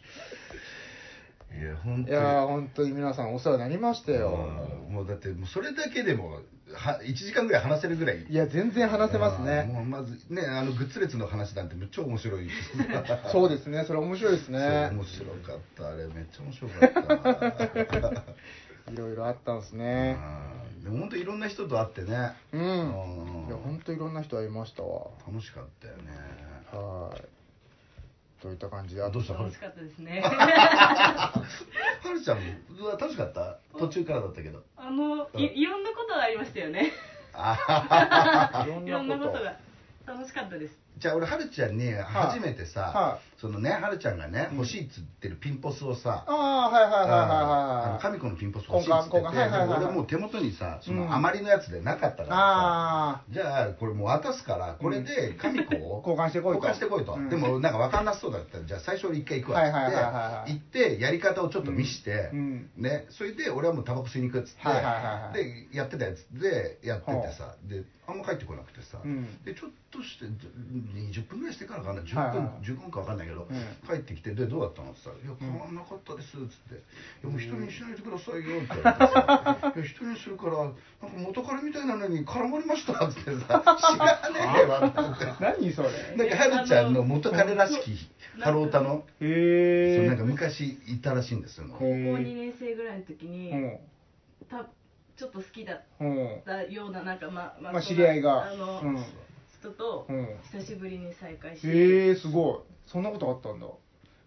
いや本当にいやー、本当に皆さんお世話になりましたよ。うんもうだってもうそれだけでもは1時間ぐらい話せるぐらいいや、全然話せますうんね。もうまずねあのグッズ列の話なんてめっちゃ面白い そうですね、それ面白いですそうね。面白かったあれめっちゃ面白かったいろいろあったんですうね。んでも本当いろんな人と会ってねうん。うんいや、本当いろんな人会いましたわ。楽しかったよねはい。といった感じで、ああとどう、したは楽るしかったです ね。はるちゃんうわ楽しかった途中からだったけどあのいいろんなことがありましたよね。いろいろんんななこことと。が楽しかったです。じゃあ俺はるちゃんに初めてさ、はそのねはるちゃんがね欲しいっつってるピンポスをさ、ああ、はいはいはいはいあはのい。神子のピンポス欲しいっつってて交換交換はいはいはい俺もう手元にさそうんの余りのやつでなかったからさ、あじゃあこれもう渡すからこれで神子を交換してこいと交換してこいと、うんでもなんか分かんなそうだったらじゃあ最初俺一回行くわっつって、はいはいはいはいはい行ってやり方をちょっと見して、うんね、それで俺はもうタバコ吸いに行くっつって、はいはいはいはいでやってたやつでやっててさであんま帰ってこなくてさ、うんでちょっとして20分ぐらいしてからかな10分、はいはい10分か分かんないけど、うん帰ってきてでどうだったのって言ったら「いや変わんなかったです」っつって「いやもう人にしないでくださいよ」って言われ てさ「いや人にするからなんか元彼みたいなのに絡まりました」っつってさ「知らねえ わ」って言って。あ。何それ。なんかはるちゃんの元彼らしきハロータの、へそうえ。なんか昔いたらしいんですよ。高校へー2年生ぐらいの時に、たちょっと好きだっうん。うん。たようななんかままあ、知り合いが。あの、うん。人とうん久しぶりに再会して、へえ、すごい。そんなことあったんだ。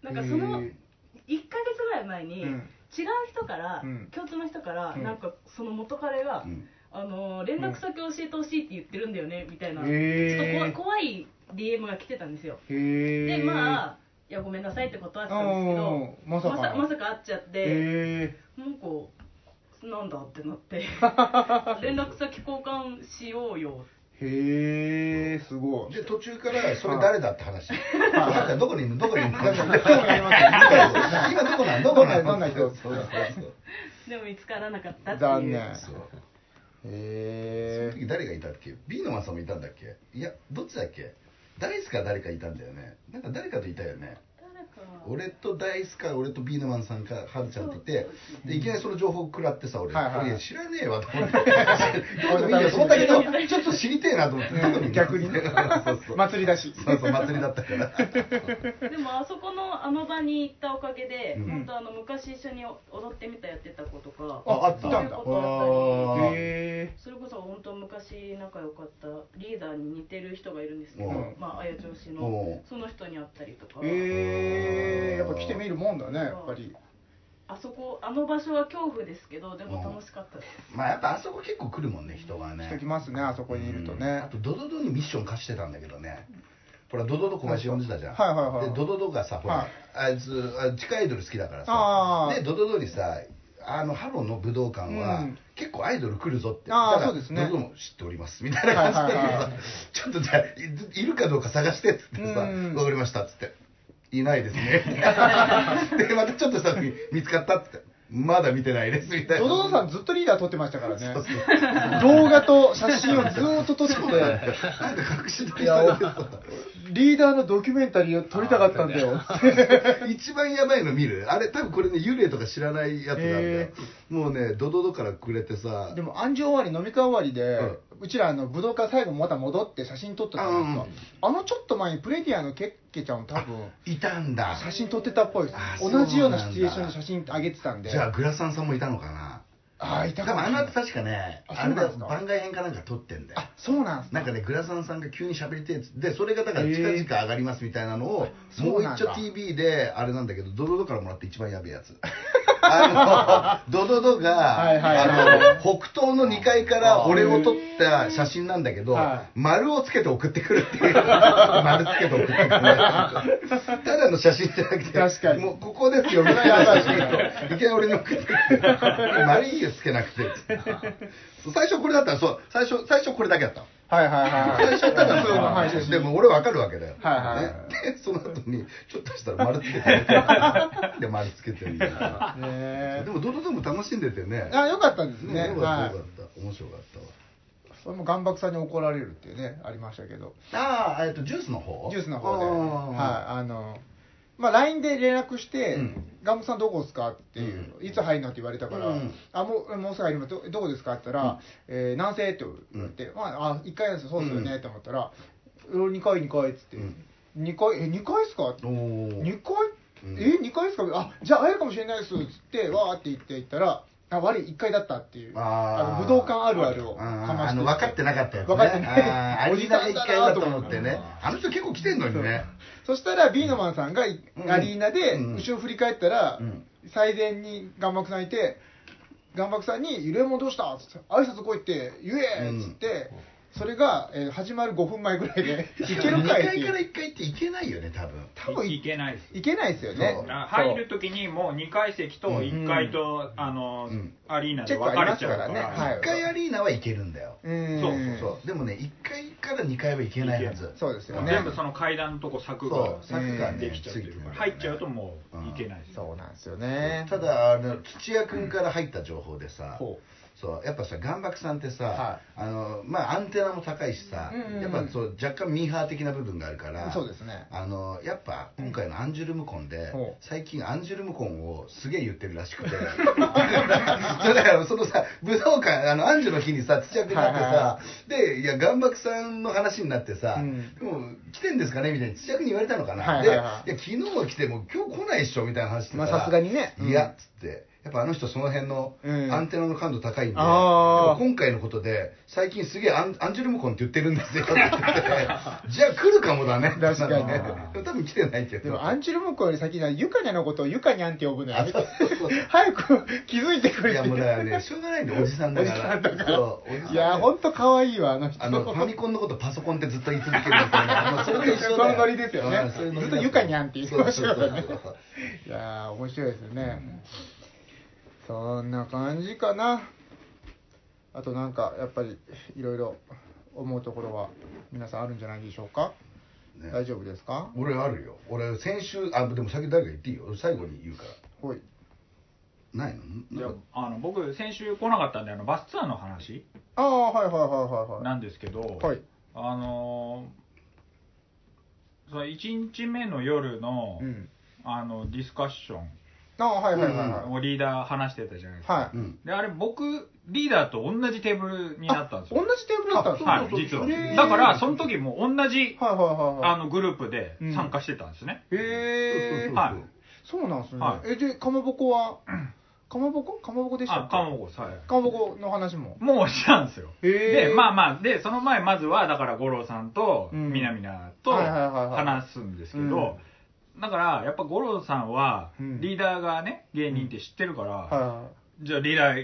なんかそのへ1ーヶ月ぐらい前に、うん違う人から、うん共通の人から、うんなんかその元彼が、うんあの連絡先教えてほしいって言ってるんだよね、みたいな、へーちょっと怖い怖い DM が来てたんですよ、へえ。でまあいやごめんなさいって断ってたんですけどうんまさかまさまさか会っちゃって、へなんかなんだってなって 連絡先交換しようよえ。へえ、すごい。 で途中から「それ誰だ?」って話「あなたどこにいるのど こにいるの?」興味ありますよね今どこなんどこなんどんな人そうそうそうでも見つからなかったっていう残念。そうそのへ時誰がいたっけ B のマさんもいたんだっけいやどっちだっけダイスか誰かいたんだよねなんか誰かといたよね誰か俺とダイスか俺とビーナマンさんかはるちゃんといてでいきなりその情報を食らってさ俺、はいはいいや知らねえわと思ってど こでもいいやと思ったけどちょっと知りてえなと思って、うん 逆にね そうそえ。う祭りだし。そうそう祭りだった からでもあそこのあの場に行ったおかげで、うん本当あの昔一緒に踊ってみたやってた子とかああったそういうことだっあたりへーえ。それこそ本当昔仲良かったリーダーに似てる人がいるんですけど、うんまあ綾調子うのんその人に会ったりとか、へえ。やっぱ来てみるもんだね、やっぱり。あそこあの場所は恐怖ですけどでも楽しかったです、まあやっぱあそこ結構来るもんね人がね人来ますねあそこにいるとねうんあとドドドにミッション課してたんだけどねほらドドド小林呼んでたじゃん、はいはいはいはいでドドドがさほら、はいあいつあ地下アイドル好きだからあさーでドドドにさあのハロの武道館は、うん結構アイドル来るぞってあーだからそうですねドドドも知っておりますみたいな感じで、はいはいはい ちょっとじゃあいいるかどうか探してっつってさうんわかりました」っつって「いないで すね」でまたちょっとした時に「見つかった」っつって「まだ見てないです」みたいなドドドさんずっとリーダー撮ってましたからねそうそう動画と写真をずーっと撮ってそうだよなんか隠し撮りされてさリーダーのドキュメンタリーを撮りたかったんだ よ 一番やばいの見るあれ多分これね幽霊とか知らないやつなんだよへもうねドドドからくれてさでも暗示終わり飲み会終わりで、うちらあの武道館最後また戻って写真撮ってたんですか、うんあのちょっと前にプレディアのケッケちゃんも多分いたんだ写真撮ってたっぽいですあそうな同んだじようなシチュエーションで写真あげてたんでじゃあグラサンさんもいたのかなああいた多かもし分あれのない後確かねああそうなんれだですか番外編かなんか撮ってんだよあそうなんすなんかねグラサンさんが急に喋りてえっつでそれがだから近々上がりますみたいなのを、ーもうそうなん一丁だ TV であれなんだけどドドドからもらって一番やべえやつ あのドドドが、はいはいあの北東の2階から俺を撮った写真なんだけど、はい丸をつけて送ってくる っていう丸つけて送ってくるただの写真じゃなくて確かにもうここですよみたいな写真をいきなり俺に送ってくる丸いよつけな くて最初これだったらそう最初最初これだけだったのはいはいはい最初ただそういうのはい写真でも俺わかるわけだよ、はいはいねでその後にちょっとしたら丸つけ てで丸つけてるみたいなねえでもどのでも楽しんでてねあよかったですねねよかはっいたよかった面白かったわそれも岩爆さんに怒られるっていうねありましたけどああえっとジュースの方ジュースの方で、あーはい、あの、まあ、LINE で連絡して、うんガムさんどこですかっていう、いつ入るのって言われたから、うんあ、もう、もうすぐ入りますど、どこですかって言ったら、えー南西って言って、まあ、あ、1階なんですよ、そうですよね、うって思ったら、2階、2階っつって、うん二2階、え、2階っすかっておー2階うんえ、2階っすかあ、じゃあ会えるかもしれないですっつって、わーって言って行ったら、あ悪い1階だったっていうあーの武道館あるあるをかあーまあしての分かってなかったやつ、ね、分かってないあーアリーナが一回だと思ってねあの人結構来てんのにねそしたらビーノマンさんがいうんアリーナでうん後ろ振り返ったらうん最前に岩幕さんいて岩幕さんに「ゆれもんどうした?」っつって「挨拶来い」って「言え!」っつってそれがえー始まる5分前ぐらいで「いける2かい?」って階いからう1階っていけないよね多分多分いいけないですいけないですよねそうあ入る時にもう2階席と1階と、あの、うんアリーナで分かれちゃうからチェックありますからねはい1階アリーナはいけるんだようーんそうそうでもね1階から2階はいけないはずそうですよね全部その階段のとこ柵そがう柵がねできちゃうといついてるうか、からね入っちゃうともういけないです、そうなんですよねただあの土屋君から入った情報でさ、ほそうやっぱさ岩爆さんってさ、はあのまあ、アンテナも高いしさ、うんうんうんやっぱそう若干ミーハー的な部分があるからそうですねあのやっぱ今回のアンジュルムコンで、ほう最近アンジュルムコンをすげえ言ってるらし くてだからそうだからそのさ武道館あのアンジュの日にさ土屋君になってさ、でいや岩爆さんの話になってさ、うんでも来てんですかねみたいに土屋君に言われたのかな、はいはいはいでいや昨日は来ても今日来ないっしょみたいな話してたらまあさすがにねうんいやっつってやっぱあの人その辺のうんアンテナの感度高いんで、あーやっぱ今回のことで最近すげえアンアンジュルムコンって言ってるんです よって言っててじゃあ来るかもだね確かにねでも多分来てないけどでもアンチルモコより先にはユカニャのことをユカニャンって呼ぶのよあそうそうそう早く気づいてく いれやってもうだからねしょうがないんでおじさんだか らそうおじさんいやほ本当可愛いわあの人 あのファミコンのことパソコンってずっと言い続けるみたいな、もうそれと一緒だよそのノリですよねうんそういうノリだずっとゆかにゃんって言ってましたからねそうそうそうそういやー面白いですよね、そんな感じかなあとなんかやっぱりいろいろ思うところは皆さんあるんじゃないでしょうか、ね大丈夫ですか俺あるよ俺先週あでも先誰か言っていいよ俺最後に言うかほいらないのじゃなんかああの僕先週来なかったんであのバスツアーの話ああはいはいはいはいなはんですけど、いはいあのーその1日目の夜の,、うんあのディスカッションああはいはいはいはい、をリーダー話してたじゃないですか、はういんであれ僕リーダーと同じテーブルになったんです同よじテーブルだったんですかはいそうそう実そうはへーだからその時も同じはいはいはいあはいのグループで参加してたんですね、へえはいそうなんですね、はいえでかまぼこはかまぼこかまぼこでしたあっけかもこはいかまぼこの話ももうしたんですよへーでまあまあでその前まずはだから五郎さんとうんみなみなとはいはいはいはい話すんですけうんどだからやっぱ五郎さんはうんリーダーがね芸人って知ってるから、はじゃあリーダー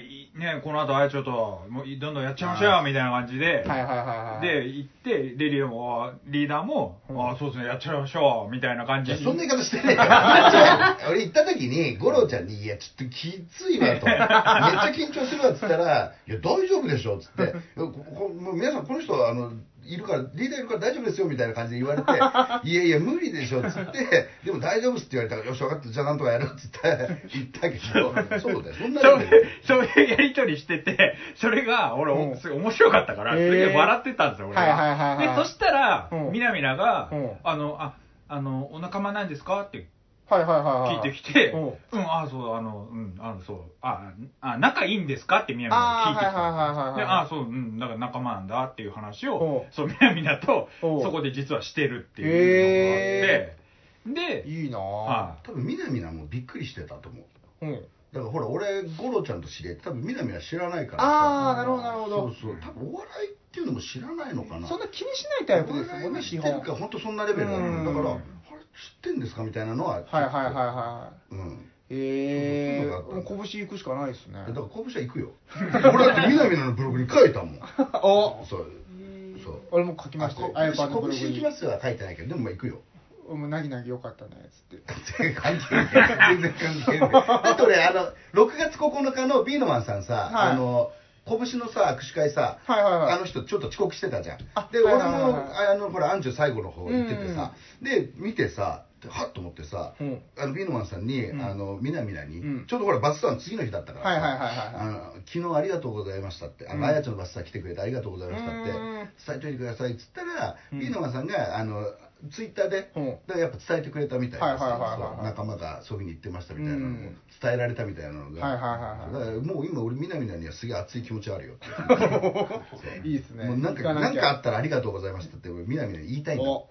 ねこの後あいちょっともうどんどんやっちゃいましょうよみたいな感じで、いはいはいはいはい。で行ってリリーもあリーダーも、うんあそうですねやっちゃいましょうみたいな感いじやにそんな言い方してないから。 俺行った時に、五郎ちゃんに、いや、ちょっときついわと。めっちゃ緊張するわっつったら、いや、大丈夫でしょっつっていやここ、もう皆さん、この人は、あの、いるから、リーダーいるから大丈夫ですよみたいな感じで言われ て、いやいや、無理でしょっつって、でも大丈夫っすって言われたから、よし、分かった、じゃあなんとかやるっつって言ったけど、そうだよ、そんな そのうそういうやりとりしてて、それが俺、うんすごい面白かったから、すへーげえ笑ってたんですよ、俺はいはいはいはいで、そしたらう、んみなみながうん、あの、あ、あの、お仲間なんですかってはいはいはい聞いはい。てきて、うんうん、あ、そう、あの、うん、あの、そう、あ、あ仲いいんですかってみなみなが聞いてきあーはいはいはいはいた。で、あ、そう、うん、だから仲間なんだっていう話をう、んそう、みなみなと、うんそこで実はしてるってへいうのがあって、で、いいなぁ。は多分、みなみなもびっくりしてたと思う。うん。だからほら俺五郎ちゃんと知り合って多分みなみは知らないからああ、なるほどなるほそどう。そう多分お笑いっていうのも知らないのかなそんな気にしないタイプですおもんね、笑い基知って本。はるいか本当そんなレベルだと思ううんだからあれ知ってんですかみたいなのははいはいはい。いうんええそうそうそー、うもう拳行くしかないですねだ。から拳は行くよ 俺だってみなみなのブログに書いたもんあそうそう俺も書きましたよ。あゆあぱのブこログ拳行きに。ますは書いてないけどでもまあ行くよもうなぎなぎよかったね、つって。全然関係ない全然関係ないあと俺あの6月9日のビーノマンさんさはいあの拳のさ握手会さはいはいはい。あの人ちょっと遅刻してたじゃんあ。で、はい俺はいはいも、あの、ほら、アンジュ最後の方行っててさ、で、見てさ、はっと思ってさうん、あの、ビーノマンさんに、うんあの、みなみなにうん、ちょっとほら、バスターの次の日だったからさ、はいはいはいはいあの昨日ありがとうございましたって、あうんの、あやちゃんのバスター来てくれてありがとうございましたってうん、伝えといてくださいっつったら、うんビーノマンさんが、あの、ツイッターで、うんだからやっぱ伝えてくれたみたいはいなはいはいはいそう仲間がそういうふうに言ってましたみたいなのうをん伝えられたみたいなのが、はいはいはいはいだからもう今俺みなみなにはすげえ熱い気持ちあるよって いいですね。もうなんか行なきゃんかあったらありがとうございましたって俺みなみなに言いたいんだお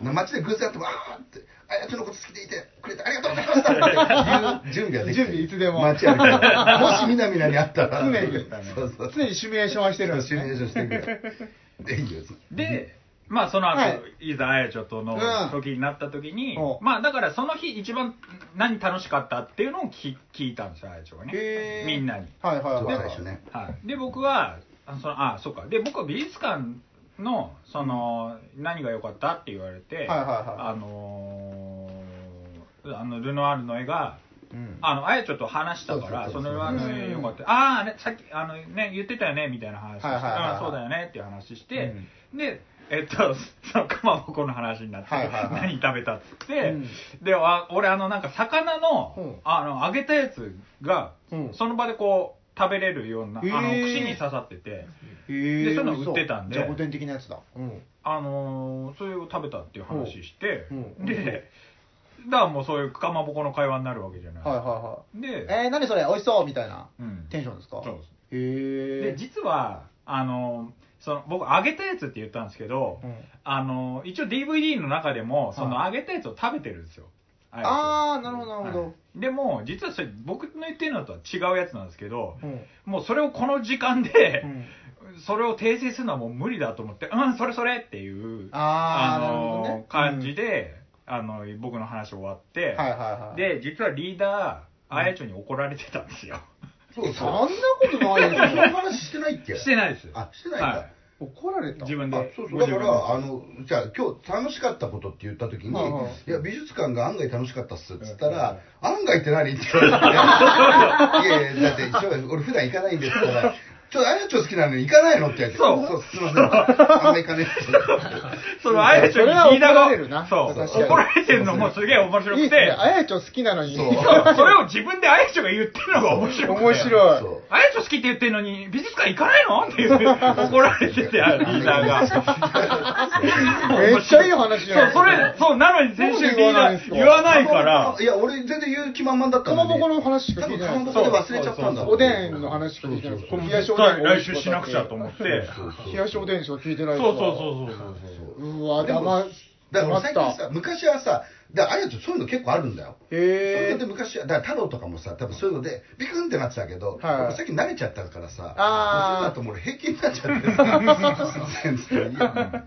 うん街で偶然会ってわーって「あやつのこと好きでいてくれてありがとうございました」っていう準備はできて準る備いつでも街歩いて もしみなみなに会ったら常にそうそう常にシミュレーションはしてるんですシミュレね。ーションして るからでいいよい。で、まあその後、はいい、ざあやちょとのうん時になった時に、おまあだからその日一番何楽しかったっていうのを聞聞いたんですよ、あやちょがへね。ーみんなに。はいはいそうはい。最初ねはい、で僕はあそのあそうかで僕は美術館のその、何が良かったって言われて、いはいはいあのーあのルノアールの絵がうんあのあやちょっと話したからそそうそうそうそうのルノアールの絵良かった、ああ、ね、さっきあのね言ってたよねみたいな話して、はいはいはいはいうんそうだよねっていう話して、でえっと、 そのかまぼこの話になって、はいはいはい何食べたっつって、であ俺あのなんか魚の,、うんあの揚げたやつがうんその場でこう食べれるような、へーあの串に刺さってて、へでえそういうの売ってたんでじゃあ古典的なやつだ。うん。あのーそれを食べたっていう話して、うんうんで、だからもうそういうかまぼこの会話になるわけじゃない。はいはでい、はい。えー、何それ美味しそうみたいなうんテンションですかそうへでえ。実はあのーその僕揚げたやつって言ったんですけど、うんあのー一応 DVD の中でもそのは揚げたやつを食べてるんですよ。ああ、なるほどなるほど。はいでも実はそれ僕の言ってるのとは違うやつなんですけど、うんもうそれをこの時間で、うんそれを訂正するのはもう無理だと思って、うん、それそれっていう、あーのなるほどね感じで、あの、僕の話終わっはて、いはいはい。で、実はリーダー、あやちょに怒られてたんですよ。そうそそうんなことないでそすのよ。 話してないっけしてないです。あしてないんだ、はい怒られた。自分あで。そうそうだご自か分でらあのじゃあ今日楽しかったことって言った時に「はいはいいや美術館が案外楽しかったっす」っつったらう「案外って何?」って言われて「い やいやだって一応俺普段行かないんですから」ちょっとあやちょ好きなのに行かないのって言われて、そそううすみません、あんま行かね えそのあやちょにリーダそれは怒られるーなが、そう、確かに怒られてるのもすげえ面白いいくっすね。あて、やちょ好きなのに。そう面そうそれを自分であやちょが言ってるのが面白くて。白い。そうあやちょ好きって言ってるのに、美術館行かないのっていう怒られてて、あリーダーが。めっちゃいい話じゃそなう、いそれ、そう、なのに先週リーダー言わないから。いや、俺全然言う気満々だったかのまに。ぼこの話しか多聞い分てかないまぼこで忘れちゃったんだろうおでんの話しか聞いてないそうそうそう冷やしおでん来週しなくちゃと思って。そうそうそう冷やしおでんしか聞いてないそうそうそうそうそうそう。ううわだまだから俺最近ださ昔はさで、あやちゃんそういうの結構あるんだよ。そへれでえ。昔は、だから太郎とかもさ、多分そういうので、ビクンってなってたけど、はい最近慣れちゃったからさ、あーもうそうなるともう平気になっちゃってさ全 然いや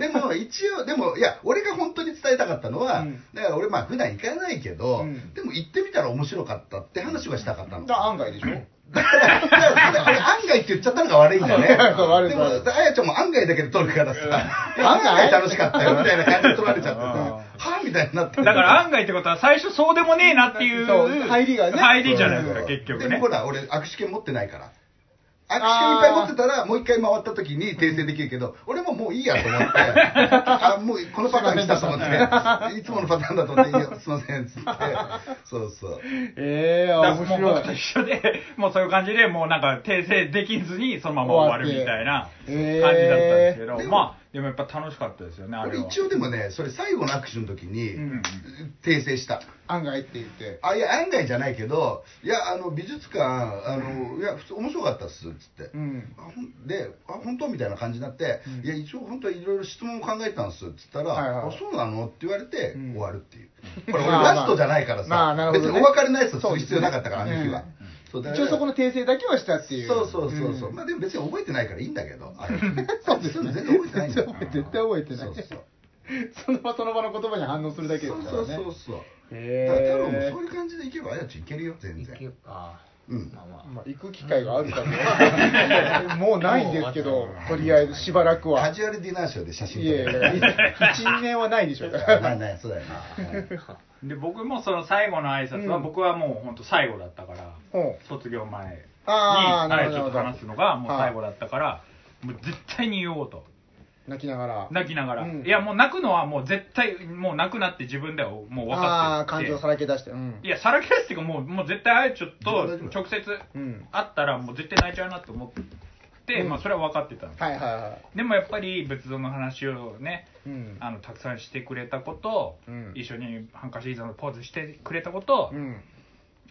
でも一応、でも、いや、俺が本当に伝えたかったのは、うんだから俺まあ普段行かないけど、うんでも行ってみたら面白かったって話はしたかったの。だから案外でしょ。だから、だから俺案外って言っちゃったのが悪いんだよねそう悪いでも、悪いあやちゃんも案外だけで撮るからさ、いや案案外外楽しかったよみたいな感じで撮られちゃってさ、はぁみたいになってだから案外ってことは最初そうでもねえなっていうそう入りがね入りじゃないですうかん結局でもねほら、俺、握手券持ってないから。握手券いっぱい持ってたら、もう一回回った時に訂正できるけど、俺ももういいやと 思って、あ、もうこのパターン来たと 思って、いつものパターンだと思って、いや、すいません、つって。そうそう。ええ、だから面もう白僕とい。一緒で もうそういう感じでもうなんか訂正できずにそのまま終わるみたいな感終わじだっへってたーんですけど、でもまあでもやっぱ楽しかったですよねあれ俺は一応でもね、それ最後の握手の時に、うん訂正した。案外って言って。あ、いや、案外じゃないけど、いや、あの、美術館、あの、いや、普通面白かったっす、つって。うん。あほんで「あ本当?」みたいな感じになって「うんいや一応本当いろいろ質問を考えたんです」っつったら「はいはいあそうなの?」って言われて、うん終わるっていうこれ俺まあまあラストじゃないからさ、まあなるほどね別にお別れのやつをする必要なかったから、そうですねあの日は、そうだか一ら応そこの訂正だけはしたっていう。そうそうそうそう、ん まあでも別に覚えてないからいいんだけどあれそうですね全然覚えてないんだよ絶対覚えてないそうそうその場その場の言葉に反応するだけでそすうかそらうね。そうそうだから太郎もへそういう感じでいけばあやちいけるよ全行然けあーうんまあまえ。まあ、行く機会があるから、もうないんですけど、とりあえずしばらくは。カいジュアルディナーショーで写真撮えいえ、1年はないでしょう から。まあねそうだよねはいで僕もその最後の挨拶は、うん僕はもう本当最後だったからうん卒業前にあーなるあほいどちょっと話すのがもう最後だったからもう絶対に言おうと泣きながら。泣きながら、うんいやもう泣くのはもう絶対もう泣くなって自分ではもう分あかあ、って感て情さらけ出して。うんい。やさらけ出すっていうかもうもう絶対あやちょっと大丈夫直接うん。会ったらもう絶対泣いちゃうなって思って、うんまあそれは分かってたんですはいはいはでもやっぱり仏像の話をねい。うん。あのたくさんしてくれたこと、うん一緒にハンカチーザのポーズしてくれたこと、うん。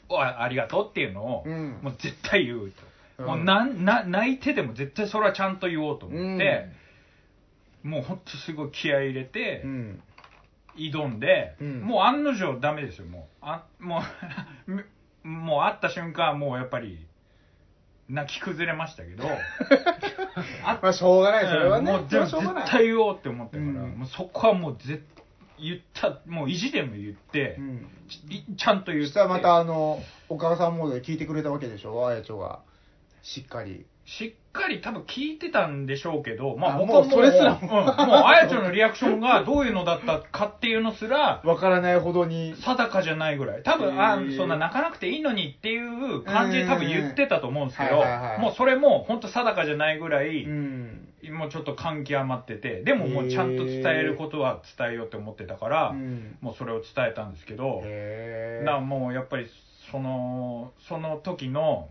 おあありがとうっていうのを、うんもう絶対言うと、うんもうなんな泣いてでも絶対それはちゃんと言おうと思って、もうほんとすごい気合い入れて、うん。挑んで、うんもう案の定ダメですよもうあもうむもう 会った瞬間もうやっぱり泣き崩れましたけどあまあ、しょうがない、 それはね。うんもうそでれもはしょうが絶ない。対言おうって思ったから、うんもうそこはもう絶言ったもう意地でも言って、うん。ちいちゃんと言そっしてたらまた、あの、お母さんモードで聞いてくれたわけでしょ、あやちょが。しっかり。しっかり多分聞いてたんでしょうけど、まああ僕はもうもう、それすらうんもう、あやちょのリアクションがどういうのだったかっていうのすら、わからないほどに。定かじゃないぐらい。多へ分、あーそんな泣かなくていいのにっていう感じで多分言ってたと思うんですけうんどはいはいはい、もうそれも本当定かじゃないぐらうい、ん。もうちょっと感極まってて、でももうちゃんと伝えることは伝えようって思ってたから、うんもうそれを伝えたんですけど、へえだからもうやっぱりその、その時の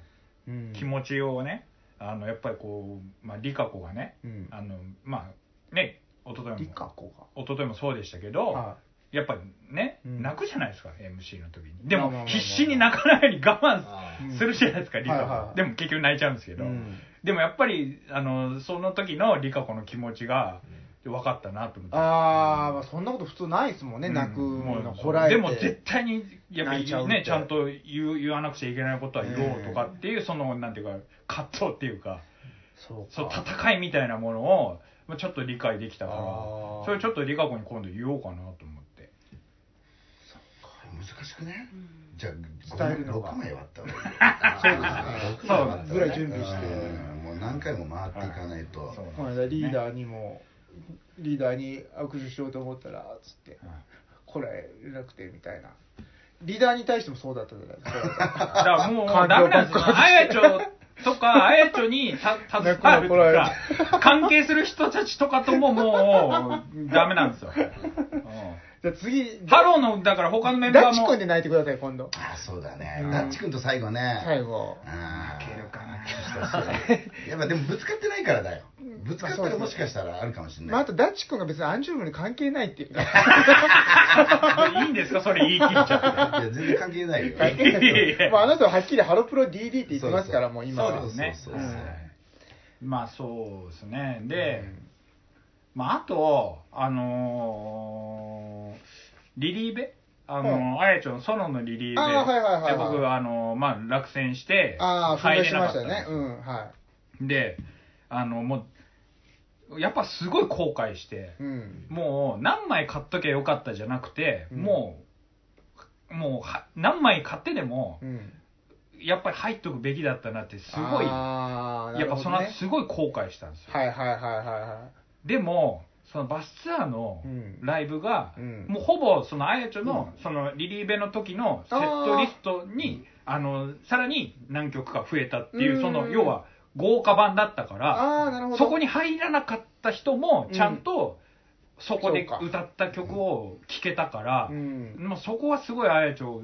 うん気持ちをね、あの、やっぱりこう、まあ、リカ子がね、うんあのまあね一昨日リもカ子が。一昨日もそうでしたけど、はやっぱね、うん泣くじゃないですか MC の時にでまあまあまあまもあ必死に泣かないように我あうん慢するじゃないですか、リカ子、はいはいでも結局泣いちゃうんですけいど、うんでもやっぱりあのその時のリカ子の気持ちが分かったなと思って、あーまあ、そんなこと普通ないですもんね、うん泣くものうこらえて。でも絶対にやっぱ泣いちゃうっりてねちゃんと言う言わなくちゃいけないことは言おうとかっていう、そのなんていうか葛藤っていうかそうそうか。戦いみたいなものをまあちょっと理解できたからあーそれちょっと理香子に今度言おうかなと思って難しくねうんじゃあ伝えるのが6枚割ったわそうですね六枚割ったわぐらい準備してうんもう何回も回っていかないと、そうこの間リーダーにも、リーダーに握手しようと思ったらつってこらえれなくてみたいなリーダーに対してもそうだったじゃない ですだかからもう感情ダメなんです爆よ発あやちょとかあやちょにた携わるとか関係する人たちとかとももうダメなんですよ、うじゃあ次んハローのだから他のメンダバーッチも君で泣いてください今度あそうだね、うんダッチ君と最後ね最後あーけるかなやっぱでもぶつかってないからだよぶつかったらもしかしたらあるかもしれない、まあ、あとダッチ君が別にアンジュルムに関係ないっていう いいんですかそれ言い切っちゃいや全然関係ないよっていやいや まああなたははっきりハロプロ DD って言ってますからもう今そはうねそううそう、んはいまあそうですねで、まあ、あと、あのリリーベあの、あやちゃんのソロのリリーベ。あーはいはいはいはいで、僕、あの、まあ、落選して、ああ、入噴れしなまかしったたよねんで。すうん、はで、あの、もう、やっぱすごい後悔して、い。うん。もう何枚買っときゃよかったじゃなくて、うんもう、もうは何枚買ってでもう、ん。やっぱり入っとくべきだったなって、すごい、やあーっぱそなのるほど後ねすごい後悔したんですよ。はいはいはいはでも、そのバスツアーのうんライブが、うんもうほぼそのあやちょの、そのリリーベの時のセットリストに、あの、さらに何曲か増えたっていう、うんその、要は豪華版だったかい。ら、ああ、なるほど。そこに入らなかった人も、ちゃんと、そこでそうか歌った曲を聴けたからう、ん。もうそこはすごいあやちょ、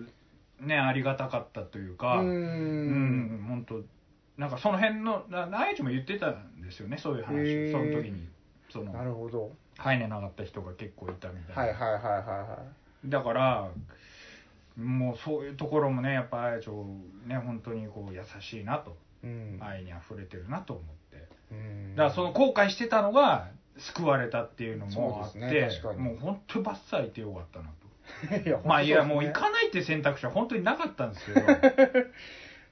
ね、ありがたかったというう。か、うんん、本当なんかその辺の、なあやちょも言ってたんですよね、そういうへ話、ーその時に。そのなるほど。入れなかった人が結構いたみたいな、はいはいはいはいはだからもうそういうところもねやっぱあやちょね本当にこう優しいなとい。うん。愛に溢れてるなと思ってうん。だからその後悔してたのが救われたっていうのもあってそうですね確かにもう本当にバッサリいてよかったな といや、まあいやもうい行かないって選択肢は本当になかったんで すけど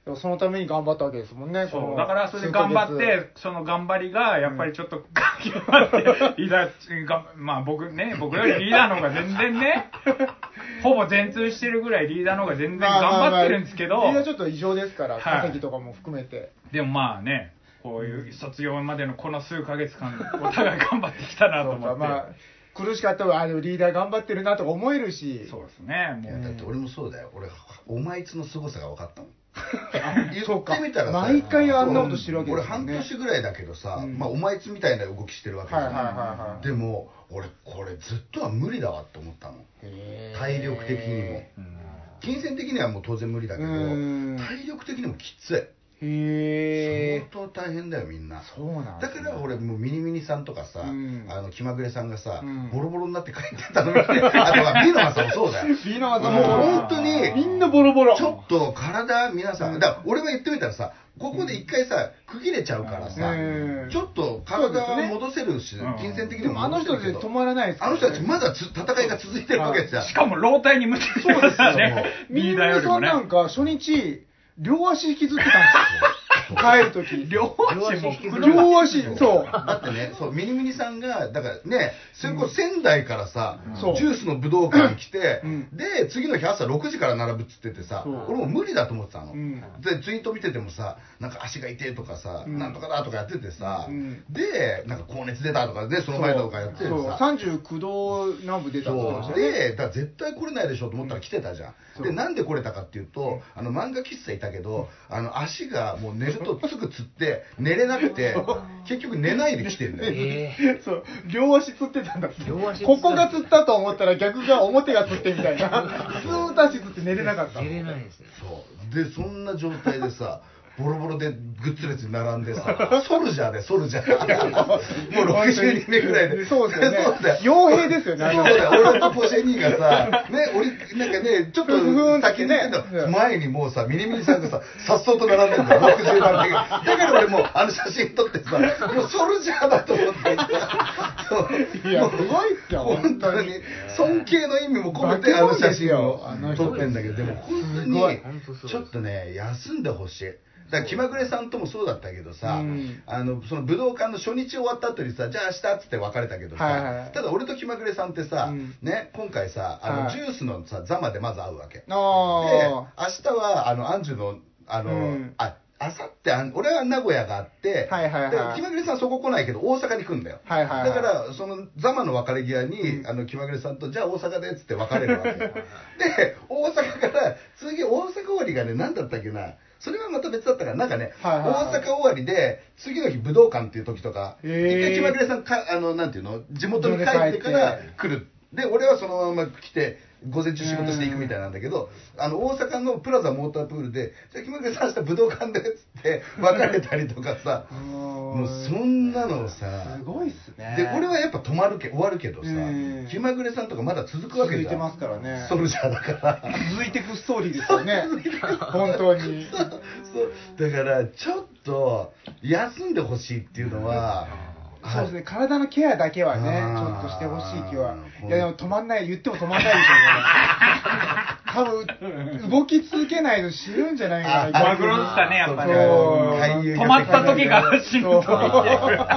でもそのために頑張ったわけですもんね。こそうのだからそれで頑張っ数ヶてその頑張りがやっぱりちょっと頑張っていざがまあ僕ね僕よりリーダーの方が全然ね ほぼ全通してるぐらいリーダーの方が全然月。頑張ってるんですけど、まあまあまあ理由はちょっと異常ですから、はい稼ぎとかも含めて。でもまあねこういう卒業までのこの数ヶ月間お互い頑張ってきたなとそ思っうてか、まあ、苦しかったら、あ、でもリーダー頑張ってるなとか思えるし。そうですねいもやうだって俺もそうだよ俺お前いつの凄さが分かったもん言そうかってみたらさ毎回あんなことしてるわけです俺もん半ね年ぐらいだけどさ、うんまあお前いつみたいな動きしてるわけじゃはいなはいいはいはい。でも俺これずっとは無理だわって思ったの体力的にもうん金銭的にはもう当然無理だけどうん体力的にもきついへえ相当大変だよみんなそうなんだから俺もうミニミニさんとかさ、うんあの気まぐれさんがさ、うんボロボロになって帰ってたの 見てあとはミノマさんもそうだよビーナーもうズも本当にみんなボロボロちょっと体皆さんだから俺が言ってみたらさここで一回さ区切れちゃうからさ、うんちょっと体そうではすね戻せるし、うん金銭的にでももあの戻人せるけでど止まらないですかあらのね人たちまだつ戦いが続いてるわけじゃんしかも老体に向けてますからね みリんーダーよなりさもんねなんか初日両足引きずってた んですよ帰る時両足も両足両足そうだってね、そう、ミニミニさんが、だからね、それこそ仙台からさ、そうジュースの武道館来て、うんで、次の日朝6時から並ぶっつっててさ、そう俺もう無理だと思ってたの。うんで、ツイート見ててもさ、なんか足が痛いとかさ、うんなんとかだとかやっててさ、うんで、なんか高熱出たとかね、その前だとかやっててそうさ、 39度南部出たって言ってましそうたねでだから絶対来れないでしょと思ったら来てたじゃん、そうでなんで来れたかっていうとあの漫画喫茶いたけどあの足がもう寝るとすぐつって寝れなくて結局寝ないで来てんだよえそう両足つってたんだって両足つったここがつったと思ったら逆が表がつってみたいなずーっと足つって寝れなかっー、た出れないですね。そうでそんな状態でさボロボロでグッズ列に並ん でさソルジャーでソルジャー もう60人目ぐらいでそうですよね そうだよ傭兵ですよねあれそうはだよ俺とポシェニーがさ、ね、俺、なんかね、ちょっと先に行ってんうのん前にもうさ、ミニミニさんがさ、さっそうと並んでるんだよ、60番目が。だから俺もう、あの写真撮ってさ、もうソルジャーだと思ってそういやすごいっすよ本当に尊敬の意味も込めて化けあの物で写す真よを撮ってんだけどでもすごい本本当そうです当にちょっとね休んでほしいだから気まぐれさんともそうだったけどさ、うんあのその武道館の初日終わった後にさじゃあ明日っつって別れたけどさ、はいはいただ俺と気まぐれさんってさ、うんね、今回さあの、はいジュースのさザマでまず会うわけで明ああ日はあのアンジュのあの、うんあ明後日あん俺は名古屋があって、はいはいはいで気まぐれさんそこ来ないけど大阪に来るんだよ、はいはいはいだからそのザマの別れ際に、あの気まぐれさんとじゃあ大阪でっつって別れるわけで大阪から次大阪終わりがね何だったっけなそれはまた別だったからなんかね、はいはいはい大阪終わりで次の日武道館っていう時とか、へー一回気まぐれさんかあのなんていうの地元に帰ってから来るで俺はそのまま来て午前中仕事していくみたいなんだけど、あの大阪のプラザモータープールで「じゃあ木村さん明日武道館で」っつって別れたりとかさももうそんなのさすごいっすねで俺はやっぱ止まるけ終わるけどさうん気まぐれさんとかまだ続くわけ続いじゃんてますからねソルジャーだから続いてくストーリーですよね本当にそうだからちょっと休んでほしいっていうのはそうですね、体のケアだけはねあ、ーちょっとしてほしい気は。うんいや、でも止まんない、言っても止まんないでしょうね。多分、動き続けないと死ぬんじゃないかな。マグロですかねやっぱりそう止まった時が死ぬと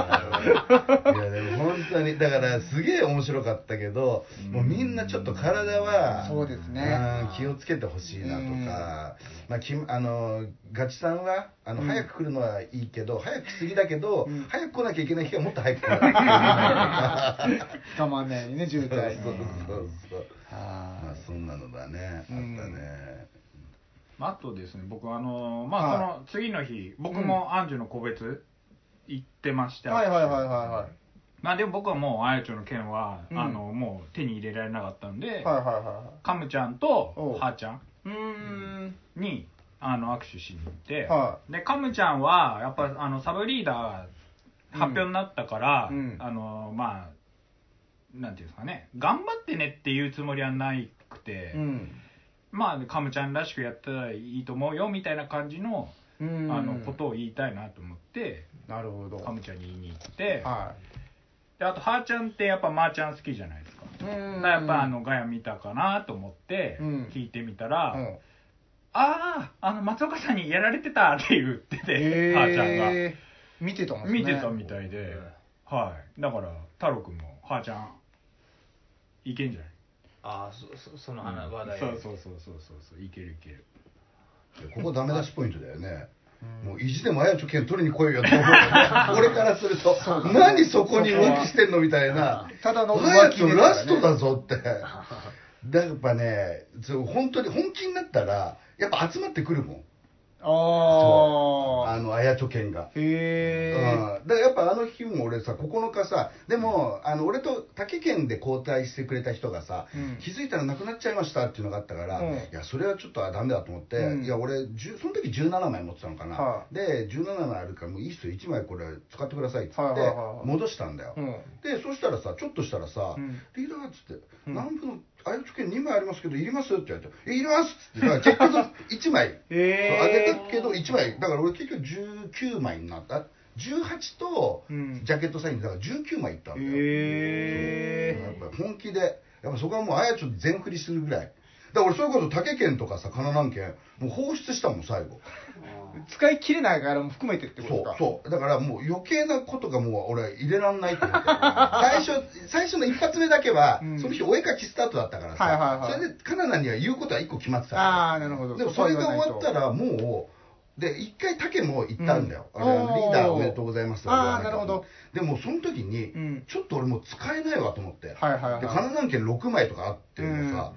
いやでも本当にだからすげえ面白かったけど、もうみんなちょっと体はそうですねうん気をつけてほしいなとか、まあきあのガチさんはあの、早く来るのはいいけど早く過ぎだけど、うん早く来なきゃいけない日はもっ と早く来なきゃいけないとか捕まんないようにね、渋そう滞。そうそうそうあーまあそんなのだねあったうんね、まあ、あとですね僕あのまあその次の日僕もアンジュの個別行ってました、はいはいはいはまあでも僕はもうあやちょの件は、うんあのもう手に入れられなかったんい。はで、いはいはカムちゃおんとうはーちゃんい。うーん。にあの握手しに行って、はでカムちゃんはやっぱあのサブリーダーが発表になったから、うんうんあのまあなんていうんですかね頑張ってねっていうつもりはないくて、うん。まあカムちゃんらしくやったらいいと思うよみたいな感じの,、うんあのことを言いたいなと思ってなるほど。カムちゃんに言いに行って、はであとはーちゃんってやっぱまーちゃん好きじゃないですか。い。うんやっぱあ、のガヤ見たかなと思ってうん聞いてみたうら、ん。あああの松岡さんにやられてたって言ってて、え母ちゃんがー見てたもんですね。見てたみたいで、はいだから太郎くんも「はーちゃんいけんじゃない?ああそそその話」題そうそうそうそうそうそういけるいけるここダメ出しポイントだよねもう意地でもあやちょ券取りに来いよって思う 俺からすると何そこに浮気してんのみたいなただの浮ラ気スですからトねラストだ ぞって。だやっぱね、そう本当に本気になったら、やっぱ集まってくるもん。あああ。の、あやちょ券が。うんへえ。だからやっぱあの日も俺さ9日さでもあの俺と竹県で交代してくれた人がさ、うん気づいたら亡くなっちゃいましたっていうのがあったから、うんいやそれはちょっとあダメだと思って、うんいや俺10その時17枚持ってたのかな、はで17枚あるからもういいっすよ1枚これ使ってくださいっつってはいはいはいはい戻したんだよ、うん。でそしたらさちょっとしたらさ、うんリーダーっつって「うん南部の愛知県2枚ありますけどいります?」って言われて「えいります」っつってだ から結局1枚へーそうあげたけど1枚だから俺結局19枚になった18とうんジャケットサインでだから19枚いったんだよ、へやえ。っぱ本気でやっぱそこはもうあやちょっと全振りするぐらいだから俺それこそ竹県とかさ神奈川県もう放出したもん最後使い切れないからも含めてってことそですうかそうだからもう余計なことがもう俺は入れらんないと思って最初 最初の一発目だけは、うんその日お絵描きスタートだったからさ、はいはいはいそれでカナダには言うことは一個決まってたああ、なるほど。でもこそはれ言がわない終とわったらもうで一回竹も行ったんだよ、うんあれおーリーダーおめでとうございますって言わなきゃあーなるほどでもその時に、うんちょっと俺もう使えないわと思って、はいはいはいで神奈川県6枚とかあってもさ、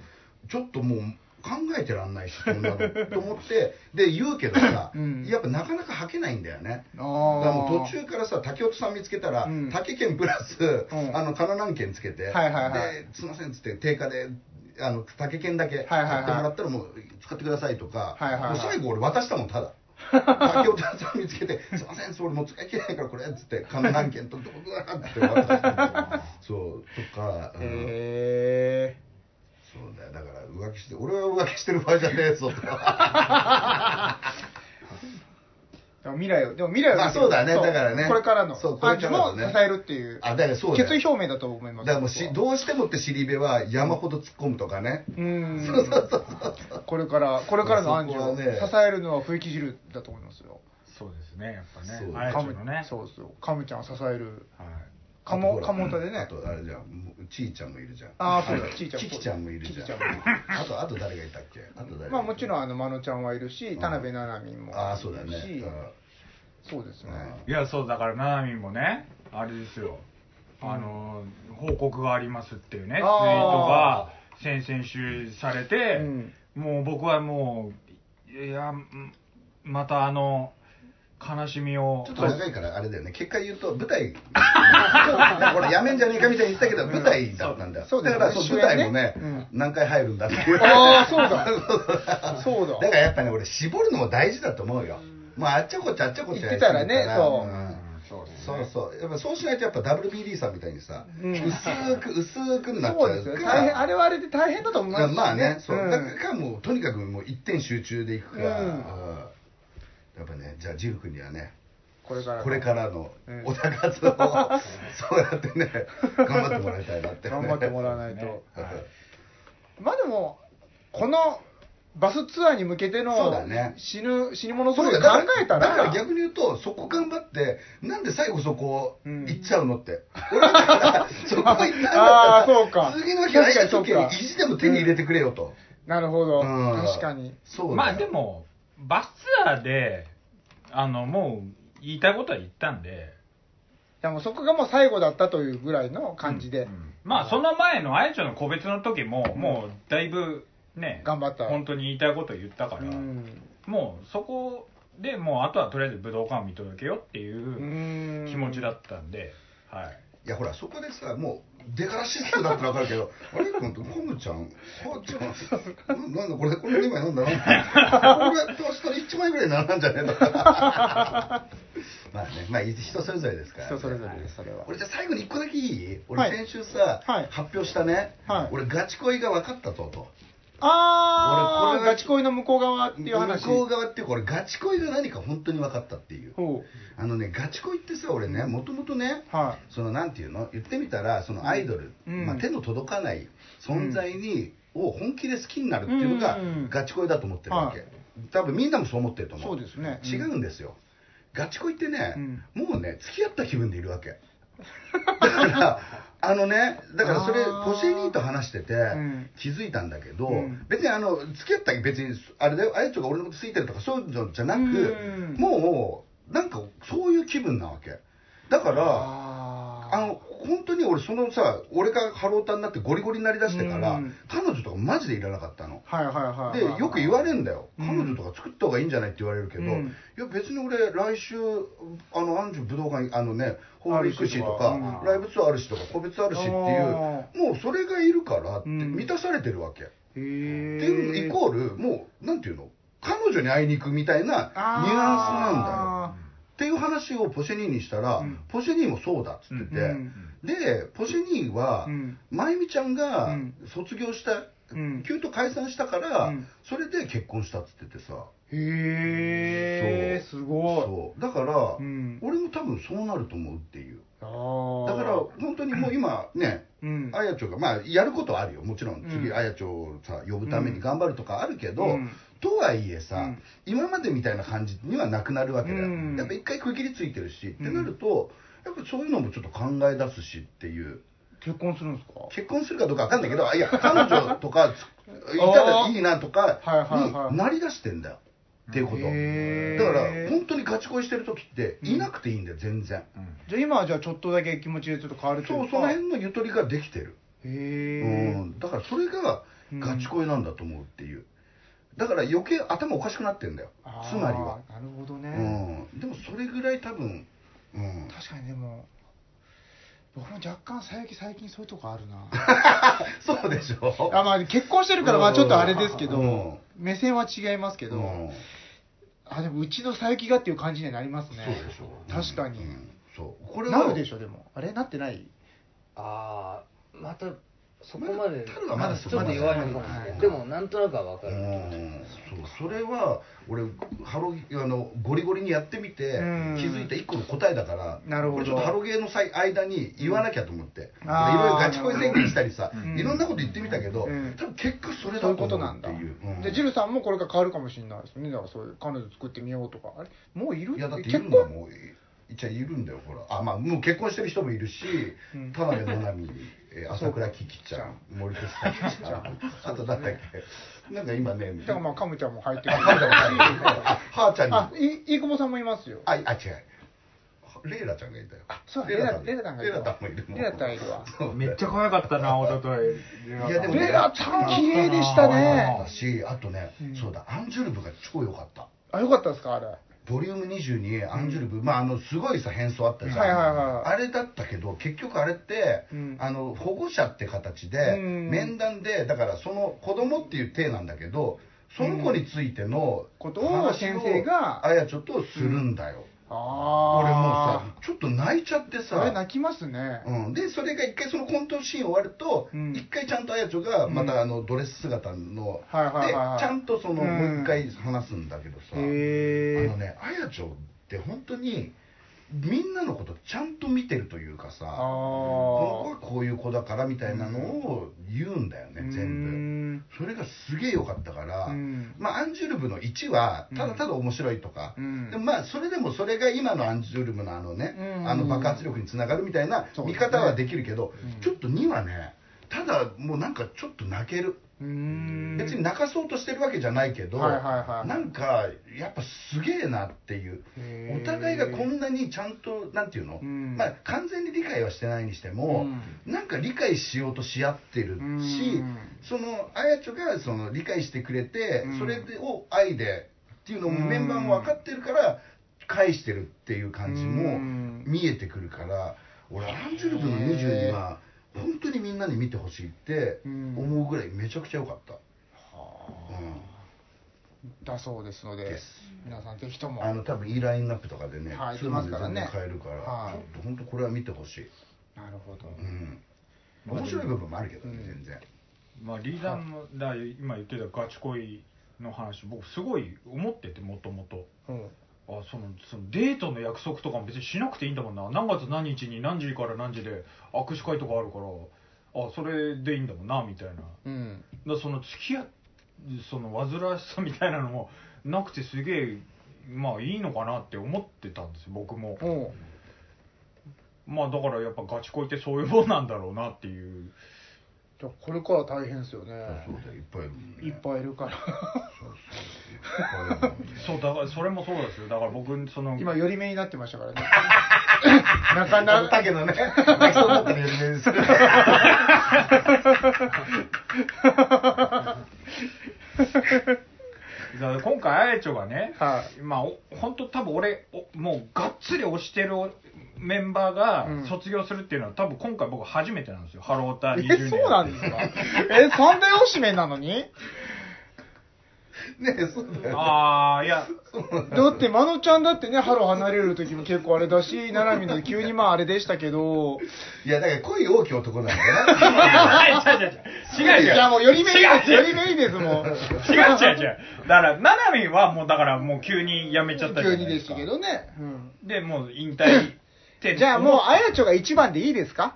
ちょっともう考えてらんないしそんなのと思ってで言うけどさ、 うんやっぱなかなか履けないんだよねあだからあ。もう途中からさ竹雄さん見つけたら、うん竹県プラス、んあの神奈川県つけて、はいはいはいですいませんっつって定価であの竹県だけ買ってはいはいはいもらったらもう使ってくださいとか、はいはいはいもう最後俺渡したもん ただ竹雄さん見つけて「すいませんっつって俺もう使い切れないからこれ」っつって神奈川県とどこだなって 渡したそうとか、うんへえ。そうだよだから浮気して俺は浮気してる場合じゃね えぞとかでも未来を、でも未来を見てる。まあそうだねだからねこれからの。そう感じもこ支れからのねえるっていう。あだからそうだよ決意表明だと思いまだす。からもうしどうしてもって尻部は山ほど突っ込むとかね、うん。これから、これからのアンジュを支そこはねえるのは冬木汁だと思いますよ。そうですねやっぱねそうあやちカょムのねそうそう。カムちゃんを支える。はいカあとほモ、らカモ歌であね。とあれじゃんもうちいちゃんもいるじゃんああ、そうだ、ちいちゃんキキちゃんもいるじゃんキキちゃんもあとあと誰がいたっけあと誰がいたまあもちろん、あの、まのちゃんはいるし、ん田辺ななみんもいるし。ああそうだね、うんそうですね。いやそうだからななみんもねあれですよあの報告がありますっていうねツイートあーが先々週されて、うんもう僕はもういやんまたあの悲しみをちょっと長いからあれだよね結果言うと舞台なんかほらやめんじゃねえかみたいに言ったけど舞台だったんだよそうそうだからそうそう舞ですね台もねうん何回入るんだっていうああ、そう だ。そうだ。だからやっぱね俺絞るのも大事だと思うよまああっちゃこっちゃあっちゃこっちゃ言ってたらねやりすぎたそうそうですそうそうやっぱそうしないとやっぱ WBD さんみたいにさ、うん薄く薄くなっちゃそうでうすかよ。ら大変、あれはあれで大変だと思いますしまあねそう、うんだからもうとにかくもう一点集中でいくから、うんうんやっぱねじゃあジル君にはねこれからこれからのうんお たかつを、そうやってね、頑張ってもらいたいなって、ね。頑張ってもらわないと、はいまあでもこのバスツアーに向けてそうのだね死ぬ、死に物そそううだでよ考だからえただらから逆に言うとそこ頑張ってなんで最後そこうん行っちゃうのって、俺だから そこ行ったんだったらあーそうか次の日確か会にいた時そうにか意地でも手に入れてくれよと、なるほど、うん確かにそうだよまあでもバスツアーであのもう言いたいことは言ったんででもうそこがもう最後だったというぐらいの感じで、うんうんまあその前のあやちょの個別の時ももうだいぶね頑張った本当に言いたいこと言ったから、うんもうそこでもうあとはとりあえず武道館を見届けようっていうう気持ちだっったんで、はいいやほらそこでさもう出からシステだって分かるけど あれなんとコムちゃんハーちゃんななんだこれ これ2枚なんだなこれどうしたら1枚ぐらいなんなんじゃねえの まあねまあ人それぞれですから、ね、人それぞれですそれは、俺じゃあ最後に1個だけいいは俺い先週さ、はい発表したね、はい俺ガチ恋が分かったぞとあ俺あこれがガチ恋の向こう側っていう話向こう側っていうか俺ガチ恋が何か本当に分かったっていうほあのねガチ恋ってさ俺ねもともとねうはそのなんていうの言ってみたらそのアイドル、うんまあ、手の届かない存在に、を本気で好きになるっていうのがうんガチ恋だと思ってるわけ、はい多分みんなもそう思ってるとい思そうですね違うんですよ、ガチ恋ってね、うんもうね付き合った気分でいるわけ だからあのねだからそれあーポシェニーと話してて、ん気づいたんだけど、うん別にあの付き合った別にあれだよあやちょが俺のこと好いてるとかそういうのじゃなく、うんもうなんかそういう気分なわけだからああの本当に俺そのさ俺がハロータになってゴリゴリになりだしてから、うん彼女とかマジでいらなかったのはいはいはいではいよく言われるんだよ、うん彼女とか作った方がいいんじゃないって言われるけど、うんいや別に俺来週あのアンジュ武道館あのねホール行くしとあかるしとかライブツアーあるしとか個別あるしっていうあもうそれがいるからってうん満たされてるわけ、へっていうイえコールもうなんていうの彼女に会いに行くみたいなニュアンスなんだよあっていう話をポシェニーにしたら、うんポシェニーもそうだっつってて、うんでポシェニーは、うんまゆみちゃんうがん卒業した、うん急と解散したから、うんそれで結婚したっつっててさへえそすうごいそうだから、うん俺も多分そうなると思うっていうあだーから本当 にもう今ね、うんあやちょがまあやることはあるよもちろん次、うんあやちょをさ呼ぶために頑張るとかあるけど、うんとはいえさ、うん今までみたいな感じにはなくなるわけだよ、うんやっぱ一回区切りついてるし、うんってなるとやっぱそういうのもちょっと考え出すしっていう結婚するんですか結婚するかどうかわかんないけどあいや彼女 とかついたらいいなとかはいはいはいになりだしてんだよ、っていうことへーだから本当にガチ恋してる時っていなくていいんだよ全然、じゃあ今はじゃあちょっとだけ気持ちでちょっと変わるといそううかその辺のゆとりができてるへうえん、だからそれがガチ恋なんだと思うっていう、だから余計頭おかしくなってんだよつまりは、なるほどね、うん、でもそれぐらい多分、 うん、確かにでも僕も若干最近最近そういうとこあるな そうでしょあまあ結婚してるからまあちょっとあれですけど、うん目線は違いますけど、うんあでもうちの佐伯がっていう感じにはなりますねそうでしょ確かに、うんそうこれなるでしょでもあれなってないああまたそこまでまだまだそちこょっまとで弱いのかもしれはないいでもなんとなくは分かうる、んそうそれは俺ハロあのゴリゴリにやってみて気うんづいた一個の答えだからなるほどこれちょっとハロゲーの際間に言わなきゃと思って、これいあーろいろガチ恋宣言したりさ、うんいろんなこと言ってみたけど、うん多分結果それだそういうと思ことうなっんてだ、いううんでジルさんもこれから変わるかもしれないですねだからそういう彼女作ってみようとかあれもういるいやだってい結るんだ婚もんじゃいるんだよほらあまあもう結婚してる人もいるし、うん田辺真奈美えー朝倉キキちゃん森口さきち ゃんあと誰だっけなんか今ねだからまあカムちゃんも入ってくあるカメラも入ってる あはーちゃんにあい飯窪さんもいますよあ、あ、違う。レイラちゃんがいたよ。そうだレイラレイラレイラタタンもいるもん。レイラタンいるわそうめっちゃ可愛かったなおとといいやでもねレラちゃん綺麗でしただねし、あとね、うんそうだ、アンジュルブが超良かった。あよかったですかあれボリューム22、アンジュルブ、まあ、あの、すごいさ、変装あったじゃん。はいはいはいあれだったけど、結局あれって、うんあの、保護者って形うで、ん面談で、だからその子供っていう体なんだけど、その子についてのうんことを先生があやちょとするんだよ。あ俺あもうさ、ちょっと泣いちゃってさ。あれ泣きますね、うん、でそれが一回そのコントシーン終わると一、うん回ちゃんとあやちょがまうんたあのドレス姿の、はいはいはいはいでちゃんとその、うんもう一回話すんだけどさ、へえあのねあやちょって本当にみんなのことちゃんと見てるというかさあーこの子はこういう子だからみたいなのを言うんだよね、全全部それがすげえ良かったから、うんまあアンジュルムの1はただただ面白いとか、うんでもまあそれでもそれが今のアンジュルムのあのね、うんあの爆発力につながるみたいなそうで見すね方はできるけど、うんちょっと2はねただもうなんかちょっと泣ける、うーん別に泣かそうとしてるわけじゃないけど、はいはいはいなんかやっぱすげえなっていうへーお互いがこんなにちゃんとなんていうの、うんまあ、完全に理解はしてないにしても、なんか理解しようとし合ってるし、うんそのあやちょがその理解してくれて、うんそれを愛でっていうのもメンバーも分かってるから返してるっていう感じもうん見えてくるから、俺アンジュルブの22は本当にみんなに見てほしいって思うぐらいめちゃくちゃ良かった。うんだそうですのでです皆さんぜひともあの多分いいラインナップとかでね、はいツーマンで全然行きますからね買えるから、はいちょっと本当これは見てほしい、なるほど、うん、面白い部分もあるけどね、全然まあリーダーのだ今言ってたガチ恋の話僕すごい思っててもともとうんあそのそのデートの約束とかも別にしなくていいんだもんな何月何日に何時から何時で握手会とかあるからあそれでいいんだもんなみたいなだかうん、らその付き合うその煩わしさみたいなのもなくてすげえまあいいのかなって思ってたんですよ僕もおうまあだからやっぱガチ恋ってそういうもんなんだろうなっていうじゃあこれから大変ですよねそうだよいっぱいいるもんねいっぱいいるからいっぱいいるもんねそうだからそれもそうですよだから僕その今寄り目になってました からねなかあなのか竹のね、泣きそうになったら有名ですけどだから今回あやちょがね、はまあお本当多分俺おもうがっつり推してるメンバーがうん卒業するっていうのは、多分今回僕初めてなんですよハロータえ20年そうなんですかえ三大おしめなのにねそうだよね。ああ いやだって、まのちゃんだってね、ハロ離れる時も結構あれだし、ななみの急にまああれでしたけど、いや、だから恋多き男なんだな。違う違う違ういや、もうよりめいいです、違うよりめいいです、もう。違う違う違うだからななみんはもうだからもう急に辞めちゃったじゃ急なにいでですしかたけどね。うんでもう引退ってじゃあもう、あやちょが一番でいいですか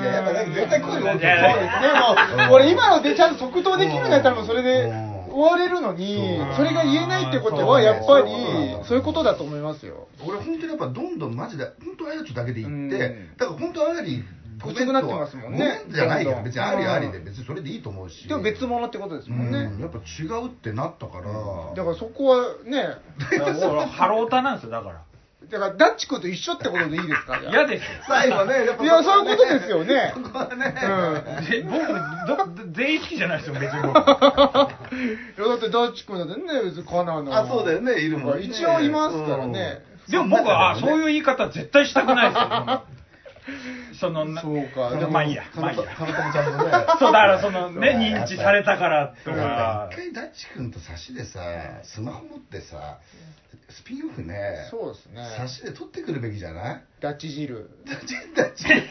いや、やっぱなんか絶対恋多き男いやいやいね、やもう、俺今のでちゃんと即答できるんだったらもうそれでうん終われるのにそう、それが言えないってことは、やっぱりそう、そういうことだと思いますよ。俺本当にやっぱどんどんマジで、本当あやちょだけで言っうんて、だから本当あやり、ごめん薄くとなはってますもんねごめんじゃないどんよ。どん別にありはありで、うん別にそれでいいと思うし。でも別物ってことですうもんねん。やっぱ違うってなったから。だからそこはね、だから もうハロータなんですよだからだからダッチ君と一緒ってことでいいですかじゃあ嫌ですよ最後ね、やっぱいや、そういうことですよね。こはね、で僕ど全員好きじゃないですよ別に僕いや、だって、ダッチ君だってね、別にカナの。あ、そうだよね、いるもんね。一応いますからね。でも僕は、あそういうう言い方は絶対したくないですよ。その、なそうか。まあいいや、ん。ままあいいとや。たまたまちゃんとね。そう、だからそのね、認知されたからとそうだか一。回ダッチ君と差しでさスマホ持ってさスピンオフねそうです差ね。しで撮ってくるべきじゃない ダッチ汁。ダッチダッチで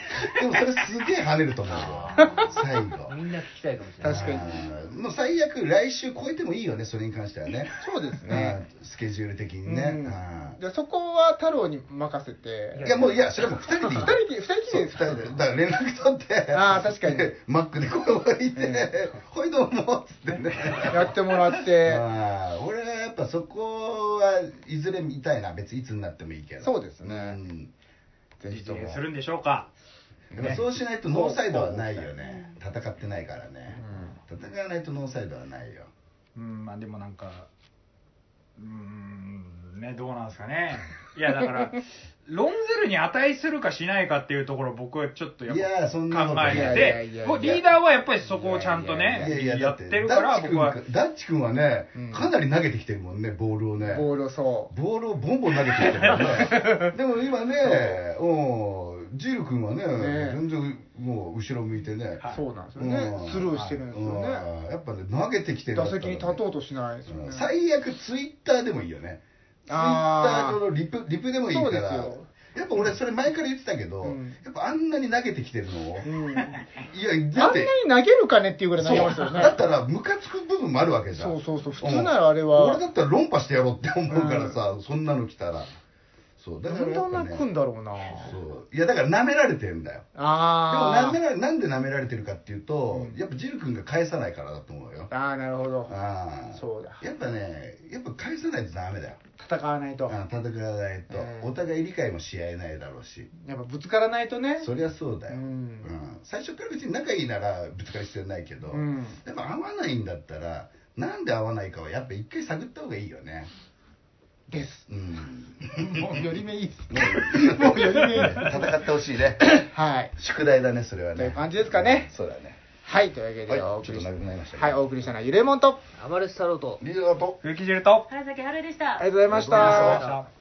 もそれすげえ跳ねると思うよ最後みんな聞きたいかもしれない確かににもう最悪来週超えてもいいよねそれに関してはねそうですうんね。スケジュール的にうねんじゃあそこは太郎に任せうんて。いやもういやそれはもう2人でいい二人きり、二人きそうり2ですか人でだから連絡取ってあー確かにで マックでこう置いて「 ほいどうも」っつってねやってもら って。ああ俺はやっぱそこはいずれ見たいな別にいつになってもいいけどそうですねんぜひと実も現するんでしょうか。でもそうしないとノーサイドはないよね戦ってないからね、戦わないとノーサイドはないようん、まあでもなんか、うーん、ね、どうなんですかね。いや、だから、論ずるに値するかしないかっていうところ僕はちょっとやっいやぱそ考んなことないいやいやえいてやて、こうリーダーはやっぱりそこをちゃんといやね、やってるダからッチ僕君は。ダッチ君はね、うんかなり投げてきてるもんねボールをねボールをそう。ボールをボンボン投げてきてるもん ねでも今ねうんジル君はねね全然もう後ろ向いてね、そうなんですよねう。んスルーしてるんですよね。うんやっぱね投げてきてるん打だったら席に立とうとしないですようんね。最悪ツイッターでもいいよねツイッタあーー上のリプリプでもいいかそうですらよやっぱ俺それ前から言ってたけど、うんやっぱあんなに投げてきてるのを、うん、いやあだっんなてに投げるかねっていうぐらい投そうげますよね。だったらムカつく部分もあるわけじゃんそうそうそう普通ならあれはうん俺だったら論破してやろうって思うからさ、そんなの来たらそうだなからんでやあっんぱなね来んだろうな。そういやだから舐められてるんだよでもあ舐あめ。られなんで舐められてるかっていうと、うんやっぱジル君が返さないからだと思うよああ、なるほど。ああそうだやっぱねやっぱ返さないとダメだよ戦わないと。あ戦わないと、うんお互い理解もし合えないだろうしやっぱぶつからないとね。そりゃそうだよ、うんうん最初から別に仲いいならぶつかる必要ないけど、うんでも合わないんだったらなんで合わないかはやっぱ一回探った方がいいよねです。 うんもうより目いい です。もうより目いいです。戦ってほしいねはい。宿題だねそれはねという感じですかねそうだねはい、というわけはいでお送りしちょっと長くなりましたけどはい、お送りしたのはゆれもんと。アマレス太郎とリーダーポ浮き汁と原崎春でしたありがとうございました。ありがとうございました